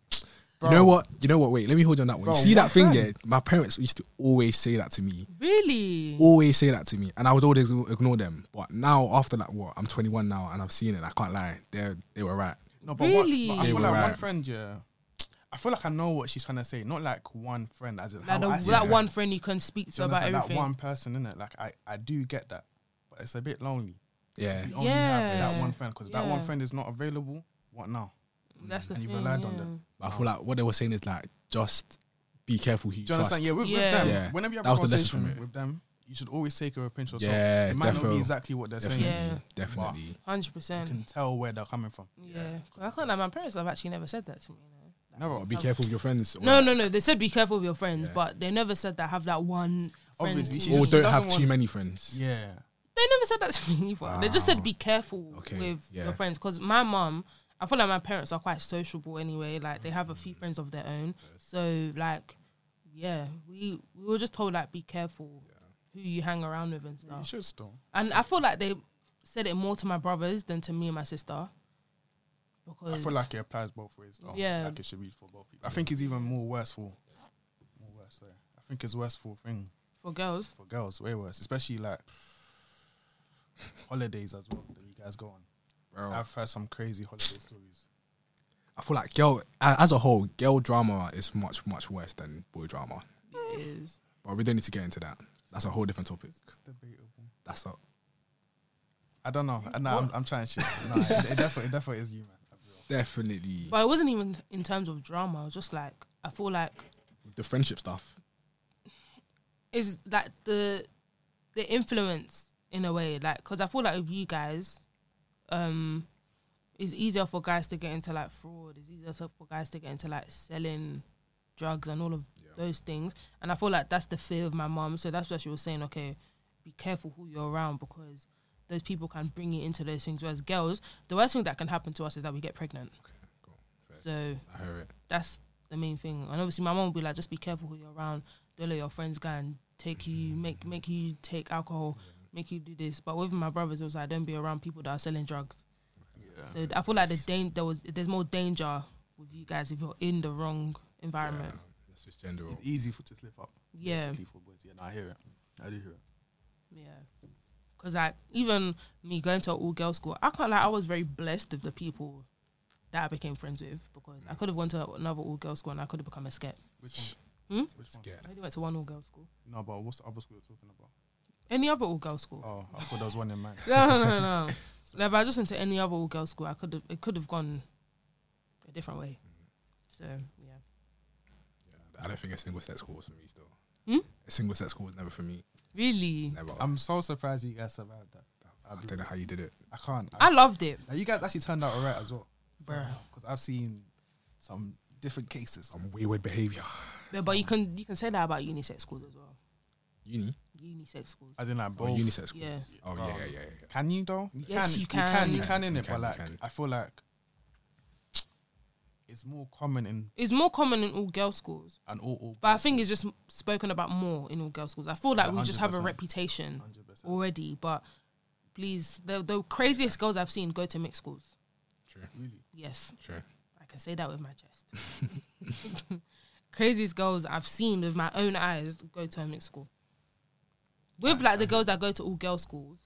[SPEAKER 3] You know what? You know what? Wait, let me hold you on that one.
[SPEAKER 2] Bro,
[SPEAKER 3] you see
[SPEAKER 2] what Mm.
[SPEAKER 3] that thing
[SPEAKER 2] friend?
[SPEAKER 3] there? My parents used to always say that to me.
[SPEAKER 1] really.
[SPEAKER 3] Always say that to me. And I would always ignore them. But now, after like, what? I'm 21 now and I've seen it. I can't lie. They they were right.
[SPEAKER 2] No, but, what,
[SPEAKER 1] Really?
[SPEAKER 2] but I
[SPEAKER 3] They
[SPEAKER 2] feel
[SPEAKER 3] were
[SPEAKER 2] like one
[SPEAKER 3] right.
[SPEAKER 2] friend, yeah. I feel like I know what she's trying to say. Not like one friend, as in
[SPEAKER 1] Like
[SPEAKER 2] how I
[SPEAKER 1] the,
[SPEAKER 2] see
[SPEAKER 1] that
[SPEAKER 2] her.
[SPEAKER 1] one friend you can speak
[SPEAKER 2] Do
[SPEAKER 1] to
[SPEAKER 2] you
[SPEAKER 1] about
[SPEAKER 2] understand?
[SPEAKER 1] everything.
[SPEAKER 2] That one person, innit? Like I, I do get that, but it's a bit lonely.
[SPEAKER 3] Yeah.
[SPEAKER 2] You only have
[SPEAKER 1] Yeah.
[SPEAKER 2] that one friend because that one
[SPEAKER 1] Yeah.
[SPEAKER 2] friend is not available. What now?
[SPEAKER 1] That's the
[SPEAKER 2] And you've
[SPEAKER 1] thing,
[SPEAKER 2] relied on
[SPEAKER 1] yeah.
[SPEAKER 2] them.
[SPEAKER 3] I feel like what they were saying is like, just be careful who you
[SPEAKER 2] Do
[SPEAKER 3] trust.
[SPEAKER 2] you understand? Yeah, with,
[SPEAKER 1] Yeah.
[SPEAKER 2] with them,
[SPEAKER 3] Yeah.
[SPEAKER 2] whenever you have
[SPEAKER 3] That
[SPEAKER 2] a
[SPEAKER 3] was the lesson
[SPEAKER 2] conversation
[SPEAKER 3] from it.
[SPEAKER 2] with them, you should always take it with a pinch of salt.
[SPEAKER 3] Yeah,
[SPEAKER 2] it might not
[SPEAKER 3] defo.
[SPEAKER 2] be exactly what they're
[SPEAKER 3] Definitely.
[SPEAKER 2] saying.
[SPEAKER 1] Yeah.
[SPEAKER 3] Definitely.
[SPEAKER 1] Hundred
[SPEAKER 2] You
[SPEAKER 1] percent.
[SPEAKER 2] can tell where they're coming from.
[SPEAKER 1] Yeah, 'Cause I can't. Like, my parents have actually never said that to me. You know? Like,
[SPEAKER 2] Never.
[SPEAKER 3] Well, be careful with your friends. or-
[SPEAKER 1] No, no, no. They said be careful with your friends,
[SPEAKER 3] Yeah.
[SPEAKER 1] but they never said that have that one. friend
[SPEAKER 2] Obviously,
[SPEAKER 1] who-
[SPEAKER 2] she
[SPEAKER 3] Or
[SPEAKER 2] just-
[SPEAKER 3] don't
[SPEAKER 2] doesn't
[SPEAKER 3] have
[SPEAKER 2] want-
[SPEAKER 3] too many friends.
[SPEAKER 2] Yeah.
[SPEAKER 1] they never said that to me (laughs) either. They just
[SPEAKER 2] Ah.
[SPEAKER 1] said
[SPEAKER 3] Wow.
[SPEAKER 1] be careful
[SPEAKER 3] Okay,
[SPEAKER 1] with
[SPEAKER 3] yeah.
[SPEAKER 1] your friends because my mom. I feel like my parents are quite sociable anyway. Like they have a few friends of their own. So like, yeah, we we were just told like be careful who you hang around with and
[SPEAKER 2] You
[SPEAKER 1] stuff.
[SPEAKER 2] should still.
[SPEAKER 1] And I feel like they said it more to my brothers than to me and my sister. Because
[SPEAKER 2] I feel like it applies both ways. Though.
[SPEAKER 1] Yeah.
[SPEAKER 2] Like it should be for both people. I think it's even more worse for. More worse, sorry. I think it's worse for thing
[SPEAKER 1] for girls,
[SPEAKER 2] for girls, way worse, especially like holidays as well that you guys go on.
[SPEAKER 3] Bro.
[SPEAKER 2] I've heard some crazy holiday stories.
[SPEAKER 3] I feel like girl a- as a whole, girl drama is much much worse than boy drama.
[SPEAKER 1] it is.
[SPEAKER 3] But we don't need to get into that. That's a whole different topic.
[SPEAKER 2] It's debatable.
[SPEAKER 3] That's a
[SPEAKER 2] I don't know. No, I'm, I'm trying shit. No, it, it, definitely, it definitely is you, man. I'll be real.
[SPEAKER 3] definitely
[SPEAKER 1] But it wasn't even in terms of drama. It was just like I feel like
[SPEAKER 3] the friendship stuff.
[SPEAKER 1] is like the the influence in a way, like because I feel like with you guys, um, it's easier for guys to get into like fraud. It's easier so- for guys to get into like selling drugs and all of
[SPEAKER 3] Yeah.
[SPEAKER 1] those things. And I feel like that's the fear of my mom. So that's why she was saying, okay, be careful who you're around because those people can bring you into those things. Whereas girls, the worst thing that can happen to us is that we get pregnant.
[SPEAKER 3] Okay, cool.
[SPEAKER 1] So
[SPEAKER 3] I hear it.
[SPEAKER 1] that's the main thing. And obviously, my mom would be like, just be careful who you're around. Don't let your friends go and take you,
[SPEAKER 3] Mm.
[SPEAKER 1] make make you take alcohol, make you do this. But with my brothers, it was like, don't be around people that are selling drugs. So I feel like the dan- there was there's more danger with you guys if you're in the wrong environment.
[SPEAKER 3] Yeah, It's just general.
[SPEAKER 2] It's easy for to slip up.
[SPEAKER 1] Yeah,
[SPEAKER 2] basically, for boys. Yeah, no, I hear it. I do hear it.
[SPEAKER 1] yeah. Because like even me going to all girls school, I can't like I was very blessed with the people that I became friends with because I could have gone to another all girls school and I could have become a sket.
[SPEAKER 2] Which
[SPEAKER 1] Hmm?
[SPEAKER 2] one? Which one?
[SPEAKER 3] Yeah.
[SPEAKER 1] I only went to one all girls school.
[SPEAKER 2] No, but what's the other school you're talking about?
[SPEAKER 1] Any other all girls school?
[SPEAKER 2] Oh, I thought there was one in mine.
[SPEAKER 1] no, no, no, no. no but I just went to any other all girls school. I could have, it could have gone a different way. So yeah,
[SPEAKER 3] Yeah, I don't think a single sex school was for me still.
[SPEAKER 1] Hmm?
[SPEAKER 3] A single sex school was never for me.
[SPEAKER 1] really,
[SPEAKER 3] Never. I'm,
[SPEAKER 2] I'm so surprised you guys survived that.
[SPEAKER 3] I do not know how you did it.
[SPEAKER 2] I can't. I,
[SPEAKER 1] I loved it,
[SPEAKER 2] Now, you guys actually turned out alright as well,
[SPEAKER 1] bro.
[SPEAKER 2] Because I've seen some different cases.
[SPEAKER 3] Some wayward behavior.
[SPEAKER 1] Yeah, but you can you can say that about unisex schools as well.
[SPEAKER 3] Uni
[SPEAKER 1] Unisex schools,
[SPEAKER 2] I didn't like
[SPEAKER 3] or
[SPEAKER 2] both.
[SPEAKER 3] unisex school.
[SPEAKER 1] yeah.
[SPEAKER 3] Oh yeah, yeah, yeah, yeah.
[SPEAKER 2] Can you though?
[SPEAKER 1] Yes, you
[SPEAKER 2] You can,
[SPEAKER 1] can.
[SPEAKER 2] you can in
[SPEAKER 3] You
[SPEAKER 2] it,
[SPEAKER 3] can,
[SPEAKER 2] but
[SPEAKER 3] you
[SPEAKER 2] like,
[SPEAKER 3] can.
[SPEAKER 2] I feel like it's more common in
[SPEAKER 1] It's more common in all girls schools,
[SPEAKER 2] an all all.
[SPEAKER 1] but I think it's just spoken about more in all girls schools. I feel like we just have a
[SPEAKER 2] 100%.
[SPEAKER 1] reputation
[SPEAKER 2] hundred percent.
[SPEAKER 1] already, but please, the the craziest girls I've seen go to mixed schools.
[SPEAKER 3] True,
[SPEAKER 2] Really,
[SPEAKER 1] Yes,
[SPEAKER 3] true.
[SPEAKER 1] I can say that with my chest.
[SPEAKER 2] (laughs)
[SPEAKER 1] Craziest girls I've seen with my own eyes go to a mixed school. With like the girls that go to all girls schools,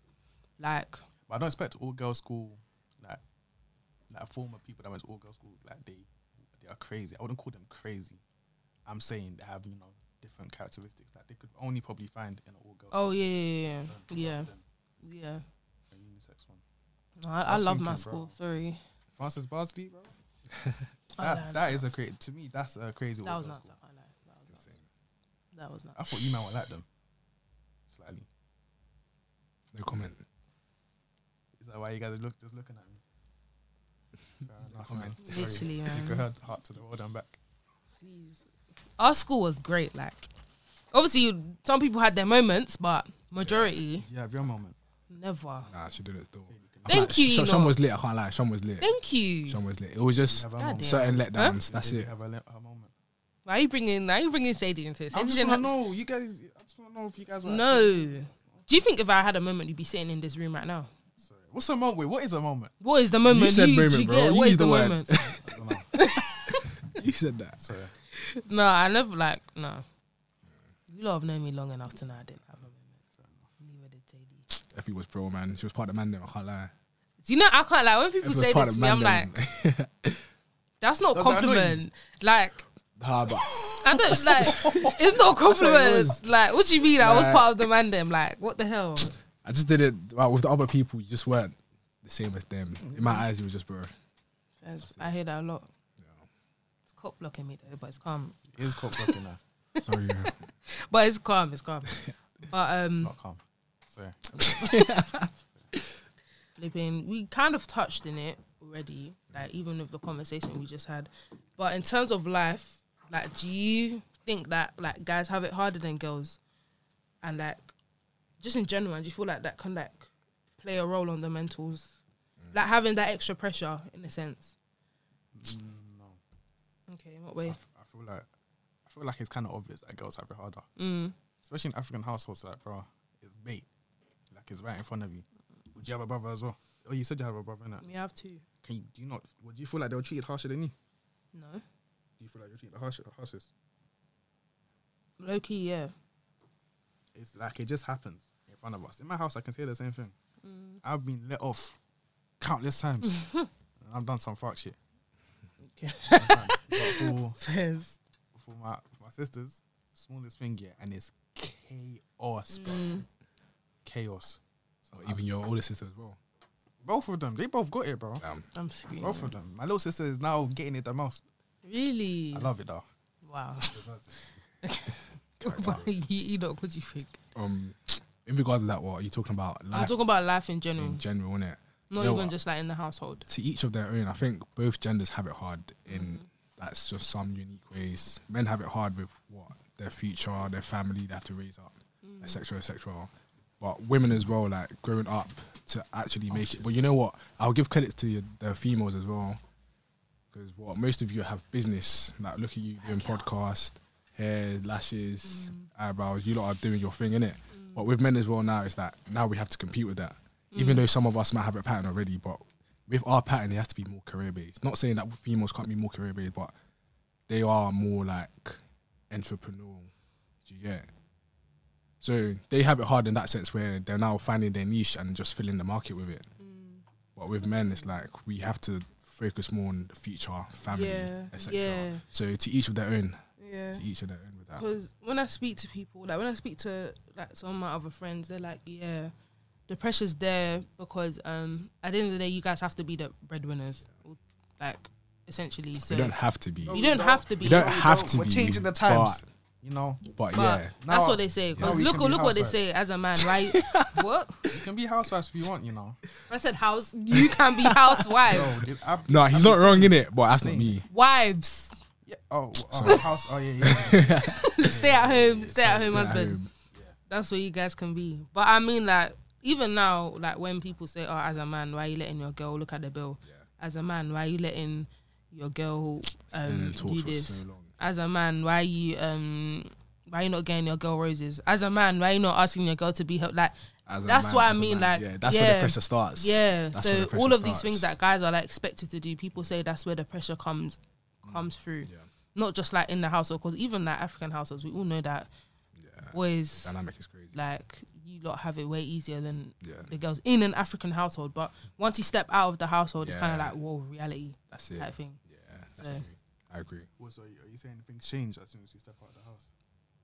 [SPEAKER 1] like
[SPEAKER 2] but I don't expect all girls school like like former people that went to all girls school like they they are crazy. I wouldn't call them crazy. I'm saying they have you know different characteristics that they could only probably find in an all girls.
[SPEAKER 1] oh yeah yeah yeah yeah, yeah. yeah.
[SPEAKER 2] unisex one.
[SPEAKER 1] No, I, I
[SPEAKER 2] That's
[SPEAKER 1] love my
[SPEAKER 2] thinking,
[SPEAKER 1] school.
[SPEAKER 2] bro.
[SPEAKER 1] Sorry,
[SPEAKER 2] Francis Barsley, bro.
[SPEAKER 1] I
[SPEAKER 2] That,
[SPEAKER 1] lied,
[SPEAKER 2] that is a crazy. To me, that's a crazy.
[SPEAKER 1] Oh, that was
[SPEAKER 2] all-girls
[SPEAKER 1] not
[SPEAKER 2] school.
[SPEAKER 1] I lied, that was nuts.
[SPEAKER 3] Insane.
[SPEAKER 1] That was not.
[SPEAKER 2] I thought you man would like them slightly.
[SPEAKER 3] No comment.
[SPEAKER 2] Is that why you guys are look just looking at me? Fair enough, man. Sorry.
[SPEAKER 1] Literally,
[SPEAKER 2] You
[SPEAKER 1] man.
[SPEAKER 2] go head heart to the world and back.
[SPEAKER 1] Please. Our school was great. Like, obviously, you- some people had their moments, but majority
[SPEAKER 2] Yeah, have your moment.
[SPEAKER 1] never.
[SPEAKER 3] Nah, she did it still. I
[SPEAKER 1] Thank
[SPEAKER 3] can't-
[SPEAKER 1] you,
[SPEAKER 3] Sean-
[SPEAKER 1] you
[SPEAKER 3] Sean
[SPEAKER 1] lot.
[SPEAKER 3] was lit. I can't lie. Sean was lit.
[SPEAKER 1] Thank you.
[SPEAKER 3] Sean was lit. It was just
[SPEAKER 2] Have a
[SPEAKER 1] God
[SPEAKER 2] moment.
[SPEAKER 1] damn.
[SPEAKER 3] certain letdowns. That's
[SPEAKER 2] You
[SPEAKER 3] it.
[SPEAKER 2] Have a, li- a moment.
[SPEAKER 1] Why are you bringing? Why are you bringing Sadie into this?
[SPEAKER 2] I
[SPEAKER 1] Sadie
[SPEAKER 2] just
[SPEAKER 1] didn't
[SPEAKER 2] want to
[SPEAKER 1] have-
[SPEAKER 2] know. You guys, I just want to know if you guys were.
[SPEAKER 1] No.
[SPEAKER 2] actually-
[SPEAKER 1] Do you think if I had a moment, you'd be sitting in this room right now?
[SPEAKER 2] Sorry. What's a moment? Wait, what is a moment?
[SPEAKER 1] What is the moment?
[SPEAKER 3] You said
[SPEAKER 1] do
[SPEAKER 3] moment,
[SPEAKER 1] you
[SPEAKER 3] bro.
[SPEAKER 1] get-
[SPEAKER 3] You
[SPEAKER 1] what is
[SPEAKER 3] used
[SPEAKER 1] the
[SPEAKER 3] the word. (laughs)
[SPEAKER 1] moment?
[SPEAKER 2] I don't know. (laughs)
[SPEAKER 3] You said that.
[SPEAKER 2] Sorry.
[SPEAKER 1] no, I never like no. You lot have known me long enough to know I didn't have a moment. Neither did Sadie.
[SPEAKER 3] Effie was pro man. She was part of man. Then I can't lie.
[SPEAKER 1] Do you know? I can't like when people
[SPEAKER 3] Effie was
[SPEAKER 1] say
[SPEAKER 3] part
[SPEAKER 1] this
[SPEAKER 3] of
[SPEAKER 1] to me. I'm like,
[SPEAKER 3] man them.
[SPEAKER 1] that's not a
[SPEAKER 2] Does that annoy you?
[SPEAKER 1] compliment. Like
[SPEAKER 3] (laughs) Nah, but
[SPEAKER 1] I don't
[SPEAKER 3] (laughs)
[SPEAKER 1] like. It's not a compliment.
[SPEAKER 3] was.
[SPEAKER 1] Like what do you mean? I was
[SPEAKER 3] Like-
[SPEAKER 1] part of the man them. Like what the hell?
[SPEAKER 3] I just did it well, with the other people. You just weren't the same as them. In my eyes, you were just bro.
[SPEAKER 1] I hear that a lot.
[SPEAKER 3] Yeah.
[SPEAKER 1] It's cock blocking me though, but it's calm.
[SPEAKER 2] It is called fucking uh, now.
[SPEAKER 3] Sorry, (laughs) yeah.
[SPEAKER 1] But it's calm. It's
[SPEAKER 3] (laughs)
[SPEAKER 1] calm. But um,
[SPEAKER 2] Not calm. Sorry.
[SPEAKER 1] flipping we kind of touched in it already like even with the conversation we just had but in terms of life like do you think that like guys have it harder than girls and like just in general and do you feel like that can like play a role on the mentals like having that extra pressure in a sense
[SPEAKER 2] Mm, no.
[SPEAKER 1] okay in what
[SPEAKER 2] I,
[SPEAKER 1] way
[SPEAKER 2] f- I feel like I feel like it's kind of obvious that girls have it harder,
[SPEAKER 1] mm.
[SPEAKER 2] especially in African households. Like, bro, it's bait. Like, it's right in front of you. Would you have a brother as well? Oh, you said you have a brother, innit?
[SPEAKER 1] we have two
[SPEAKER 2] Can you, do you not? Would you feel like they were treated harsher than you?
[SPEAKER 1] no
[SPEAKER 2] Do you feel like you're treated the harsh, harshest?
[SPEAKER 1] low-key yeah
[SPEAKER 2] It's like it just happens in front of us. In my house, I can say the same thing. I've been let off countless times. And I've done some fuck shit.
[SPEAKER 1] Okay.
[SPEAKER 2] You understand? but for,
[SPEAKER 1] says
[SPEAKER 2] for my for my sisters, smallest thing yeah, and it's chaos,
[SPEAKER 1] Mm.
[SPEAKER 2] bro. chaos. So
[SPEAKER 3] Or even your older sister as well.
[SPEAKER 2] both of them, they both got it, bro.
[SPEAKER 3] Damn.
[SPEAKER 1] i'm screaming
[SPEAKER 2] Both of them. My little sister is now getting it the most.
[SPEAKER 1] really
[SPEAKER 2] I love it though.
[SPEAKER 1] wow
[SPEAKER 2] (laughs) Deserves
[SPEAKER 1] (laughs)
[SPEAKER 2] it.
[SPEAKER 1] you, you know what do you think
[SPEAKER 3] Um, in regards to that, what are you talking about?
[SPEAKER 1] I'm
[SPEAKER 3] Life
[SPEAKER 1] talking about life in general,
[SPEAKER 3] in general, innit?
[SPEAKER 1] not
[SPEAKER 3] you know
[SPEAKER 1] even
[SPEAKER 3] what?
[SPEAKER 1] just like in the household.
[SPEAKER 3] To each of their own. I think both genders have it hard in that's just some unique ways. Men have it hard with what their future, their family they have to raise up, etc., etc. But women as well, like growing up to actually make it. But you know what? I'll give credits to the females as well, because what most of you have business. Like look at you doing podcast, hair, lashes, eyebrows. You lot are doing your thing, innit? But with men as well now, it's that now we have to compete with that.
[SPEAKER 1] Mm.
[SPEAKER 3] Even though some of us might have a pattern already, but with our pattern, it has to be more career based. Not saying that females can't be more career based, but they are more like entrepreneurial. Do you get? So they have it hard in that sense where they're now finding their niche and just filling the market with it.
[SPEAKER 1] Mm.
[SPEAKER 3] But with men, it's like we have to focus more on the future, family,
[SPEAKER 1] Yeah,
[SPEAKER 3] etc.
[SPEAKER 1] yeah,
[SPEAKER 3] So to each of their own,
[SPEAKER 1] yeah.
[SPEAKER 3] to each of their own with that.
[SPEAKER 1] Because when I speak to people, like when I speak to like some of my other friends, they're like, yeah, the pressure's there because um at the end of the day, you guys have to be the breadwinners, like essentially. So
[SPEAKER 3] We don't have to be.
[SPEAKER 1] you don't have to be.
[SPEAKER 3] We don't
[SPEAKER 2] We
[SPEAKER 3] have
[SPEAKER 2] don't.
[SPEAKER 3] to
[SPEAKER 2] We're
[SPEAKER 3] be.
[SPEAKER 2] changing the times. You know,
[SPEAKER 3] But, but
[SPEAKER 1] But
[SPEAKER 3] yeah,
[SPEAKER 1] that's
[SPEAKER 2] Now-
[SPEAKER 1] what they say.
[SPEAKER 2] now
[SPEAKER 1] Because
[SPEAKER 2] we
[SPEAKER 1] look,
[SPEAKER 2] can be
[SPEAKER 1] look what they
[SPEAKER 2] housewives.
[SPEAKER 1] say as a man,
[SPEAKER 3] (laughs)
[SPEAKER 1] right? what
[SPEAKER 2] you can be housewives if you want. You know,
[SPEAKER 1] I said, house. You can
[SPEAKER 3] (laughs)
[SPEAKER 1] be housewives,
[SPEAKER 2] no, did I,
[SPEAKER 3] no, he's not wrong in it. But that's not
[SPEAKER 2] Same.
[SPEAKER 3] me.
[SPEAKER 1] wives.
[SPEAKER 2] Yeah, oh,
[SPEAKER 3] Sorry.
[SPEAKER 2] oh house. Oh yeah, yeah. yeah.
[SPEAKER 1] stay at home, stay at home,
[SPEAKER 3] Stay at
[SPEAKER 1] husband.
[SPEAKER 3] home.
[SPEAKER 1] That's what you guys can be. But I mean, like, even now, like, when people say, oh, as a man, why are you letting your girl look at the bill? As a man, why are you letting your girl
[SPEAKER 3] Been
[SPEAKER 1] um,
[SPEAKER 3] in talks
[SPEAKER 1] do
[SPEAKER 3] for
[SPEAKER 1] this?
[SPEAKER 3] so long.
[SPEAKER 1] As a man, why are you, um, why you not getting your girl roses? As a man, why you not asking your girl to be helped? Like,
[SPEAKER 3] As a
[SPEAKER 1] That's
[SPEAKER 3] man,
[SPEAKER 1] what I
[SPEAKER 3] as a
[SPEAKER 1] mean,
[SPEAKER 3] man.
[SPEAKER 1] like,
[SPEAKER 3] yeah, that's where
[SPEAKER 1] yeah.
[SPEAKER 3] the pressure starts.
[SPEAKER 1] yeah.
[SPEAKER 3] That's where
[SPEAKER 1] so
[SPEAKER 3] the pressure
[SPEAKER 1] all of these things
[SPEAKER 3] starts.
[SPEAKER 1] that guys are like expected to do, people say that's where the pressure comes
[SPEAKER 3] Mm.
[SPEAKER 1] comes through.
[SPEAKER 3] Yeah.
[SPEAKER 1] Not just like in the household, because even like African households, we all know that
[SPEAKER 3] Yeah.
[SPEAKER 1] boys
[SPEAKER 3] Dynamic is crazy.
[SPEAKER 1] like you lot have it way easier than
[SPEAKER 3] Yeah.
[SPEAKER 1] the girls in an African household. But once you step out of the household, it's kind of
[SPEAKER 3] Yeah.
[SPEAKER 1] like whoa, reality
[SPEAKER 3] That's it.
[SPEAKER 1] type thing.
[SPEAKER 3] Yeah, that's
[SPEAKER 1] So-
[SPEAKER 3] true. I agree.
[SPEAKER 2] Well, so are you saying things change as soon as you step out of the house?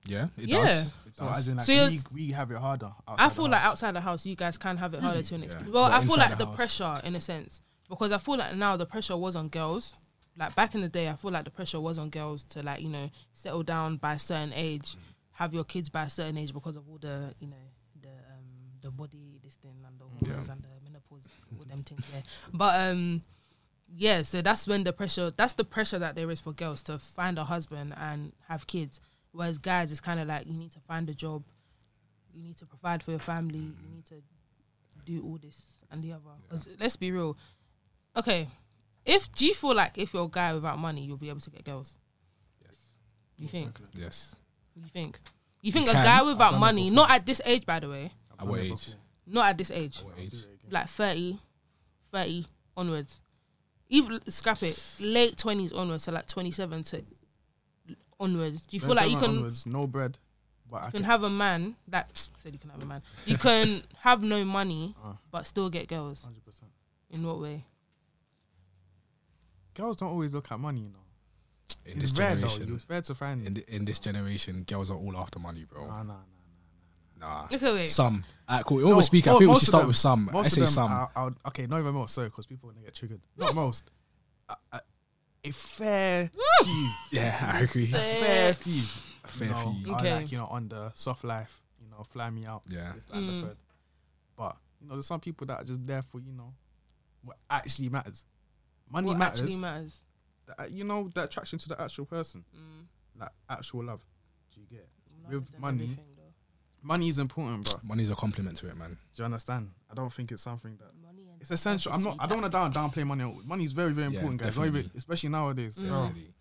[SPEAKER 3] Yeah, it
[SPEAKER 1] Yeah.
[SPEAKER 3] does. It
[SPEAKER 2] So
[SPEAKER 3] does.
[SPEAKER 2] as in, like
[SPEAKER 1] So
[SPEAKER 2] we,
[SPEAKER 1] you're-
[SPEAKER 2] we have it harder. Outside
[SPEAKER 1] I
[SPEAKER 2] the
[SPEAKER 1] feel like
[SPEAKER 2] house.
[SPEAKER 1] outside the house, you guys can have it harder to an
[SPEAKER 3] Yeah.
[SPEAKER 1] extent. Well,
[SPEAKER 3] But
[SPEAKER 1] I feel
[SPEAKER 3] inside
[SPEAKER 1] like the
[SPEAKER 3] the house-
[SPEAKER 1] pressure in a sense because I feel like now the pressure was on girls. Like back in the day, I feel like the pressure was on girls to like you know settle down by a certain age,
[SPEAKER 3] Mm.
[SPEAKER 1] have your kids by a certain age because of all the you know the um the body this thing and the hormones and the menopause all them things there. But um yeah, so that's when the pressure that's the pressure that there is for girls to find a husband and have kids. Whereas guys it's kinda like you need to find a job, you need to provide for your family,
[SPEAKER 3] Mm-hmm.
[SPEAKER 1] you need to do all this and the other. 'Cause let's be real. Okay. If do you feel like if you're a guy without money you'll be able to get girls? Yes. You think?
[SPEAKER 3] Yes.
[SPEAKER 1] You think? You think a
[SPEAKER 3] can.
[SPEAKER 1] guy
[SPEAKER 3] I've
[SPEAKER 1] without
[SPEAKER 3] done it
[SPEAKER 1] money,
[SPEAKER 3] before.
[SPEAKER 1] not at this age by the way,
[SPEAKER 3] At what age?
[SPEAKER 1] not at this age,
[SPEAKER 3] What age?
[SPEAKER 1] like 30, 30 onwards. Even scrap it, late twenties onwards, so like twenty seven to onwards. Do you feel like you can
[SPEAKER 2] no bread, but I
[SPEAKER 1] you can
[SPEAKER 2] can.
[SPEAKER 1] have a man that said you can have a man. You can (laughs) have no money
[SPEAKER 2] Uh.
[SPEAKER 1] but still get girls.
[SPEAKER 2] Hundred percent.
[SPEAKER 1] In what way?
[SPEAKER 2] Girls don't always look at money, you know.
[SPEAKER 3] In
[SPEAKER 2] It's
[SPEAKER 3] this
[SPEAKER 2] rare though.
[SPEAKER 3] generation,
[SPEAKER 2] It's rare to find.
[SPEAKER 3] in, the, in this generation, girls are all after money, bro.
[SPEAKER 2] Nah, nah, nah.
[SPEAKER 3] Nah.
[SPEAKER 1] Okay, wait.
[SPEAKER 3] Some. Alright, cool.
[SPEAKER 2] No,
[SPEAKER 3] Almost speak. I
[SPEAKER 2] mo-
[SPEAKER 3] think we
[SPEAKER 2] most
[SPEAKER 3] should
[SPEAKER 2] of
[SPEAKER 3] start
[SPEAKER 2] them-
[SPEAKER 3] with some. I
[SPEAKER 2] Most
[SPEAKER 3] say
[SPEAKER 2] of them.
[SPEAKER 3] some.
[SPEAKER 2] Are, are, okay, not even most. Sorry, because people want to get triggered. Not most. A, a, a (laughs) fair few.
[SPEAKER 3] (laughs) yeah, I agree.
[SPEAKER 2] A fair few.
[SPEAKER 3] Fair
[SPEAKER 2] you know,
[SPEAKER 3] few.
[SPEAKER 2] are
[SPEAKER 1] Okay.
[SPEAKER 2] like you know on the soft life, you know, fly me out.
[SPEAKER 3] Yeah.
[SPEAKER 2] This, that, and the
[SPEAKER 1] Mm.
[SPEAKER 2] third. But you know, there's some people that are just there for you know what actually matters. Money
[SPEAKER 1] what
[SPEAKER 2] matters.
[SPEAKER 1] actually matters?
[SPEAKER 2] That- you know, the attraction to the actual person,
[SPEAKER 1] Mm,
[SPEAKER 2] like actual love. Do you get? it?
[SPEAKER 1] love
[SPEAKER 2] With
[SPEAKER 1] is in
[SPEAKER 2] money.
[SPEAKER 1] everything, though.
[SPEAKER 2] Money is important, bro.
[SPEAKER 3] Money's a compliment to it, man.
[SPEAKER 2] Do you understand? I don't think it's something that
[SPEAKER 1] Money and
[SPEAKER 2] it's essential. I'm not. I don't want to down downplay money. Money is very very
[SPEAKER 3] Yeah,
[SPEAKER 2] important, guys. Not even-
[SPEAKER 3] definitely.
[SPEAKER 2] especially nowadays.
[SPEAKER 1] Mm.
[SPEAKER 2] Bro.
[SPEAKER 3] Really.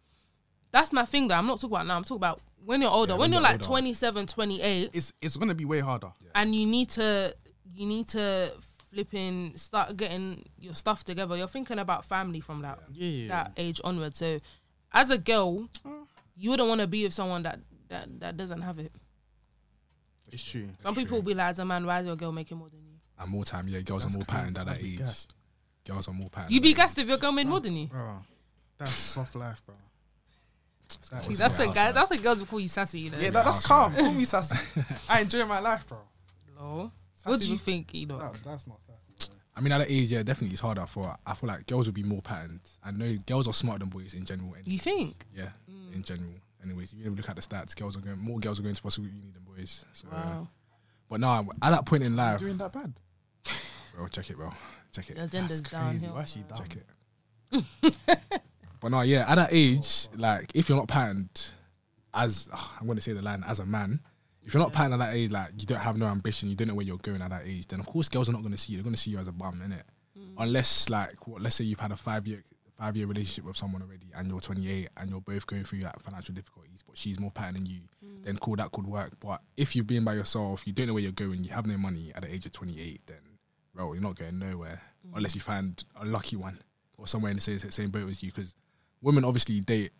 [SPEAKER 1] That's my thing though. I'm not talking about now. I'm talking about when you're older.
[SPEAKER 3] Yeah,
[SPEAKER 1] when
[SPEAKER 3] when
[SPEAKER 1] you're
[SPEAKER 3] you're
[SPEAKER 1] like
[SPEAKER 3] older.
[SPEAKER 1] twenty seven, twenty eight, 27, 28
[SPEAKER 2] It's it's gonna be way harder.
[SPEAKER 1] and you need to you need to flipping start getting your stuff together. You're thinking about family from that
[SPEAKER 2] Yeah, yeah.
[SPEAKER 1] that age onward. So as a girl, you wouldn't want to be with someone that that, that doesn't have it.
[SPEAKER 2] it's true.
[SPEAKER 1] Some people will be like, as a man, why is your girl making more than you?
[SPEAKER 3] And more time, yeah, girls are more patterned at that
[SPEAKER 2] I'd be
[SPEAKER 3] age.
[SPEAKER 2] gassed.
[SPEAKER 3] Girls are more patterned.
[SPEAKER 1] You'd be
[SPEAKER 3] at that
[SPEAKER 1] gassed if your girl made more than you.
[SPEAKER 2] Bro, that's soft life, bro. That
[SPEAKER 3] See,
[SPEAKER 2] is-
[SPEAKER 1] That's
[SPEAKER 3] Yeah,
[SPEAKER 1] what guys. That's what girls will call you sassy. You know.
[SPEAKER 2] yeah, that, that's calm. Call me sassy. I enjoy my life, bro.
[SPEAKER 1] Lol.
[SPEAKER 2] Sassy
[SPEAKER 1] What do you
[SPEAKER 2] was-
[SPEAKER 1] think, E Enoch?
[SPEAKER 2] That, that's not sassy. Bro.
[SPEAKER 3] I mean, at that age, yeah, definitely it's harder for. I feel like girls will be more patterned. I know girls are smarter than boys in general. Any,
[SPEAKER 1] You Mm. think?
[SPEAKER 3] yeah, in general. Anyways, if you look at the stats, girls are going more girls are going to possible uni than boys. So,
[SPEAKER 1] Wow.
[SPEAKER 3] But no, I'm- at that point in life,
[SPEAKER 2] doing that bad.
[SPEAKER 3] bro, check it, bro, check it,
[SPEAKER 1] The agenda's
[SPEAKER 2] Crazy.
[SPEAKER 1] downhill.
[SPEAKER 2] Why she dumb?
[SPEAKER 3] check it. (laughs) but no, yeah, at that age, like if you're not patterned as ah, I'm gonna say the line as a man, if you're not patterned at that age, like you don't have no ambition, you don't know where you're going at that age, then of course girls are not gonna see you. They're gonna see you as a bum, innit? Unless like what let's say you've had a five year five year relationship with someone already and you're twenty eight and you're both going through like financial difficulties, but she's more patterned than you, then cool that could work. But if you've been by yourself, you don't know where you're going, you have no money at the age of twenty eight, then bro, you're not going nowhere unless you find a lucky one or somewhere in the same, same boat as you. Because women obviously date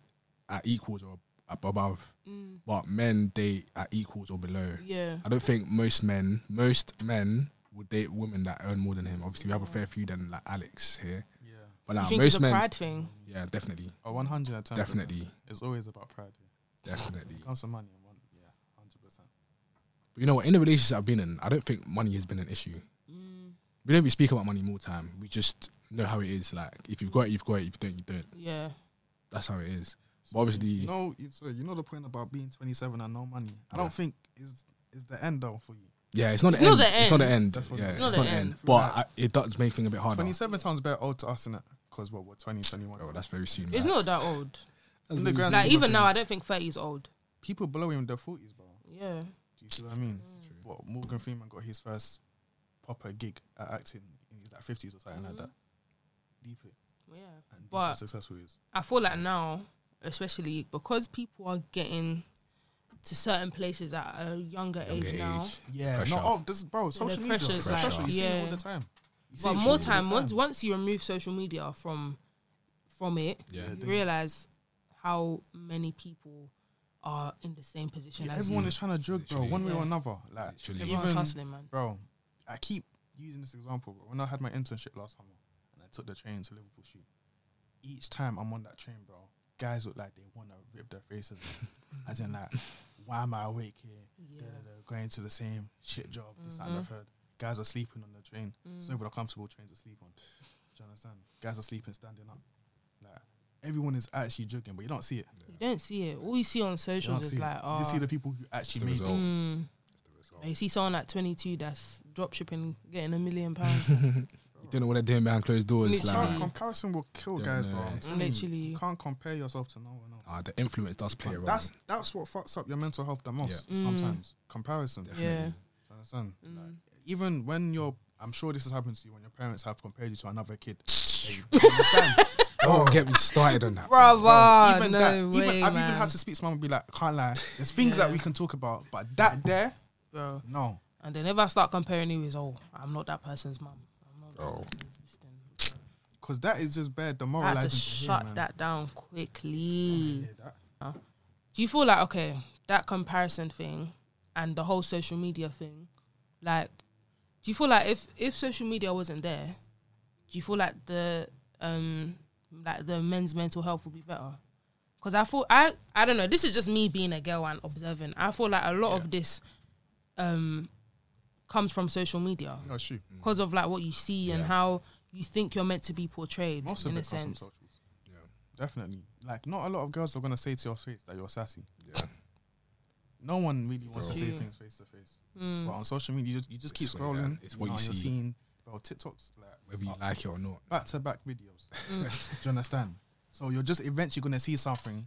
[SPEAKER 3] at equals or ab- above, but men date at equals or below.
[SPEAKER 1] Mm. Yeah.
[SPEAKER 3] I don't think most men, most men would date women that earn more than him. Obviously, we have a fair few than like Alex here,
[SPEAKER 2] Yeah.
[SPEAKER 3] but
[SPEAKER 1] you
[SPEAKER 3] now
[SPEAKER 1] think it's
[SPEAKER 3] most
[SPEAKER 1] a
[SPEAKER 3] men,
[SPEAKER 1] pride thing?
[SPEAKER 3] yeah, definitely,
[SPEAKER 2] Oh, 110
[SPEAKER 3] definitely,
[SPEAKER 2] It's always about pride. yeah.
[SPEAKER 3] definitely.
[SPEAKER 2] When it comes to money, one, yeah, 100%.
[SPEAKER 3] But you know what? In the relationships I've been in, I don't think money has been an issue.
[SPEAKER 1] Mm.
[SPEAKER 3] We don't be speak about money more time. We just know how it is. Like if you've got it, you've got it. If you don't, you don't.
[SPEAKER 1] Yeah.
[SPEAKER 3] That's how it is. But obviously,
[SPEAKER 2] you know, you- so you know the point about being 27 and no money. I
[SPEAKER 3] Yeah.
[SPEAKER 2] don't think is is the end though for you.
[SPEAKER 3] Yeah, it's not the
[SPEAKER 1] It's not
[SPEAKER 3] end.
[SPEAKER 1] the
[SPEAKER 3] It's not the
[SPEAKER 1] end.
[SPEAKER 3] end.
[SPEAKER 2] That's what-
[SPEAKER 3] yeah,
[SPEAKER 2] It's
[SPEAKER 3] it's
[SPEAKER 1] not
[SPEAKER 3] not,
[SPEAKER 1] the
[SPEAKER 3] the
[SPEAKER 1] end.
[SPEAKER 3] end. But I, it does make things a bit harder.
[SPEAKER 2] 27 sounds better old to us, innit? Because well, we're 20, 21.
[SPEAKER 3] Bro, that's very soon.
[SPEAKER 1] It's
[SPEAKER 3] man.
[SPEAKER 1] not that old.
[SPEAKER 2] in the grand
[SPEAKER 1] Like
[SPEAKER 2] scheme of
[SPEAKER 1] even now, I
[SPEAKER 2] things,
[SPEAKER 1] don't think thirty is old.
[SPEAKER 2] People below him in their 40s, bro.
[SPEAKER 1] Yeah.
[SPEAKER 2] Do you see what I mean? What Morgan Freeman got his first proper gig at acting in his like 50s or something like that. Deep it.
[SPEAKER 1] Yeah.
[SPEAKER 2] And deep
[SPEAKER 1] Mm-hmm. But-
[SPEAKER 2] how successful he is.
[SPEAKER 1] I feel like now, especially because people are getting to certain places at a younger,
[SPEAKER 3] Younger
[SPEAKER 1] age, now.
[SPEAKER 2] Yeah,
[SPEAKER 3] Pressure.
[SPEAKER 2] no, oh, this bro, social
[SPEAKER 1] the
[SPEAKER 2] media,
[SPEAKER 1] pressure is
[SPEAKER 2] pressure.
[SPEAKER 3] like-
[SPEAKER 2] You see it all
[SPEAKER 1] yeah.
[SPEAKER 2] the time. You see
[SPEAKER 1] But
[SPEAKER 2] it all
[SPEAKER 1] more
[SPEAKER 2] the
[SPEAKER 1] time, once once you remove social media from from it,
[SPEAKER 3] Yeah.
[SPEAKER 1] you realize how many people are in the same position
[SPEAKER 2] Yeah,
[SPEAKER 1] as
[SPEAKER 2] everyone
[SPEAKER 1] you.
[SPEAKER 2] is trying to jug, bro,
[SPEAKER 3] Literally.
[SPEAKER 2] one way
[SPEAKER 1] Yeah.
[SPEAKER 2] or another. Like,
[SPEAKER 3] Literally.
[SPEAKER 1] Everyone's
[SPEAKER 2] even
[SPEAKER 1] hustling, man.
[SPEAKER 2] bro, I keep using this example, but when I had my internship last summer and I took the train to Liverpool shoot, each time I'm on that train, bro, guys look like they wanna rip their faces.
[SPEAKER 1] (laughs)
[SPEAKER 2] off. As in like, why am I awake here?
[SPEAKER 1] Yeah. Mm-hmm.
[SPEAKER 2] Da-da-da, going to the same shit job, this that, and the third. Guys are sleeping on the train.
[SPEAKER 1] Mm.
[SPEAKER 2] It's not even a comfortable train to sleep on. Do you understand? Guys are sleeping standing up. Like everyone is actually jogging, but you don't see it.
[SPEAKER 1] You don't see it. All you see on
[SPEAKER 2] You don't
[SPEAKER 1] socials
[SPEAKER 2] see
[SPEAKER 1] is
[SPEAKER 2] it.
[SPEAKER 1] like,
[SPEAKER 2] you
[SPEAKER 1] oh,
[SPEAKER 2] see the people who
[SPEAKER 3] It's
[SPEAKER 2] actually
[SPEAKER 3] the
[SPEAKER 2] made
[SPEAKER 3] result.
[SPEAKER 1] mm.
[SPEAKER 3] It's the result.
[SPEAKER 1] you see someone at 22 that's drop shipping, getting a million pounds.
[SPEAKER 3] (laughs)
[SPEAKER 2] (laughs)
[SPEAKER 3] You don't know what they're doing behind closed doors.
[SPEAKER 1] Literally.
[SPEAKER 3] Like,
[SPEAKER 1] Sorry.
[SPEAKER 2] comparison will kill
[SPEAKER 3] Yeah,
[SPEAKER 2] guys,
[SPEAKER 3] no.
[SPEAKER 2] bro. I'm telling you,
[SPEAKER 1] Literally.
[SPEAKER 2] you can't compare yourself to no one else.
[SPEAKER 3] ah, the influence does play a role.
[SPEAKER 2] That's that's what fucks up your mental health the most
[SPEAKER 1] Yeah. Mm.
[SPEAKER 2] sometimes. Comparison,
[SPEAKER 3] Definitely.
[SPEAKER 1] yeah. Mm.
[SPEAKER 2] Do you understand? Like, even when you're, I'm sure this has happened to you when your parents have compared you to another kid. Do you understand? Oh.
[SPEAKER 3] Don't get me started on that.
[SPEAKER 1] Bravo.
[SPEAKER 2] even
[SPEAKER 1] no
[SPEAKER 2] that,
[SPEAKER 1] way,
[SPEAKER 2] even I've
[SPEAKER 1] man.
[SPEAKER 2] even had to speak to mum and be like, can't lie. There's things that
[SPEAKER 1] Yeah.
[SPEAKER 2] we can talk about, but that there,
[SPEAKER 1] Bro.
[SPEAKER 2] no.
[SPEAKER 1] And then if I start comparing you with, oh, I'm not that person's mum. I'm not that
[SPEAKER 3] Oh.
[SPEAKER 1] person's this thing.
[SPEAKER 2] Because that Oh, is just bad
[SPEAKER 1] I had to
[SPEAKER 2] demoralizing. to hear,
[SPEAKER 1] shut
[SPEAKER 2] man.
[SPEAKER 1] that E. down quickly.
[SPEAKER 2] Yeah, that-
[SPEAKER 1] do you feel like okay that comparison thing and the whole social media thing like do you feel like if if social media wasn't there do you feel like the um like the men's mental health would be better because i thought i i don't know this is just me being a girl and observing i feel like a lot of this um comes from social media
[SPEAKER 2] No, shoot.
[SPEAKER 3] Mm.
[SPEAKER 1] because of like what you see and
[SPEAKER 3] Yeah.
[SPEAKER 1] how you think you're meant to be portrayed
[SPEAKER 2] Most
[SPEAKER 1] in
[SPEAKER 2] of
[SPEAKER 1] a
[SPEAKER 2] it comes from
[SPEAKER 1] sense
[SPEAKER 2] socials. Definitely. Like, not a lot of girls are going to say to your face that you're sassy.
[SPEAKER 3] Yeah.
[SPEAKER 2] No one really wants to say
[SPEAKER 1] True.
[SPEAKER 2] things face to face.
[SPEAKER 1] Mm.
[SPEAKER 2] But on social media, you just, you just keep
[SPEAKER 3] It's what you-
[SPEAKER 2] scrolling.
[SPEAKER 3] it's what you
[SPEAKER 2] are
[SPEAKER 3] see.
[SPEAKER 2] seeing, bro, TikToks, like,
[SPEAKER 3] Whether you like it or not.
[SPEAKER 2] back to back videos.
[SPEAKER 1] Mm.
[SPEAKER 2] (laughs) Do you understand? So you're just eventually going to see something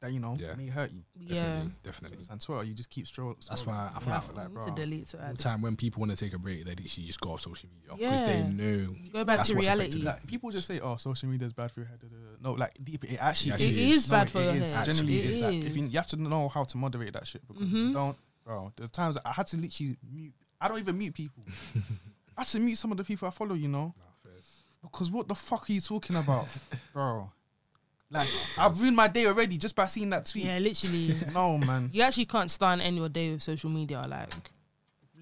[SPEAKER 2] that, you know,
[SPEAKER 3] Yeah.
[SPEAKER 2] may hurt you.
[SPEAKER 1] yeah
[SPEAKER 3] Definitely. Definitely.
[SPEAKER 2] And Twitter, you just keep scrolling.
[SPEAKER 3] That's why I feel
[SPEAKER 2] Yeah.
[SPEAKER 3] like
[SPEAKER 1] I
[SPEAKER 2] Like,
[SPEAKER 1] need
[SPEAKER 2] bro.
[SPEAKER 1] to delete it.
[SPEAKER 3] all the time when people want to take a break, they literally just go off social media because they
[SPEAKER 1] Yeah.
[SPEAKER 3] know.
[SPEAKER 1] Go back
[SPEAKER 3] That's
[SPEAKER 1] to
[SPEAKER 3] what's
[SPEAKER 1] reality.
[SPEAKER 3] affected
[SPEAKER 2] Like, people just say, oh, social media is bad for your head. da, da, da. No, like, deep, it actually
[SPEAKER 3] It
[SPEAKER 1] It
[SPEAKER 2] is.
[SPEAKER 1] is,
[SPEAKER 3] is.
[SPEAKER 2] No,
[SPEAKER 1] bad
[SPEAKER 2] it-
[SPEAKER 1] for
[SPEAKER 2] it
[SPEAKER 1] your
[SPEAKER 2] is.
[SPEAKER 1] head.
[SPEAKER 2] Genuinely,
[SPEAKER 1] It
[SPEAKER 2] is. Like, if
[SPEAKER 1] is.
[SPEAKER 2] you, you have to know how to moderate that shit because
[SPEAKER 1] Mm-hmm.
[SPEAKER 2] if you don't, bro. There's times I had to literally mute. I don't even mute
[SPEAKER 3] (laughs)
[SPEAKER 2] people. I had to mute some of the people I follow. You know, because what the fuck are you talking
[SPEAKER 3] (laughs)
[SPEAKER 2] about, bro? Like I've ruined my day already just by seeing that tweet.
[SPEAKER 1] Yeah, literally.
[SPEAKER 2] No man.
[SPEAKER 1] you actually can't start and end your day with social media. Like,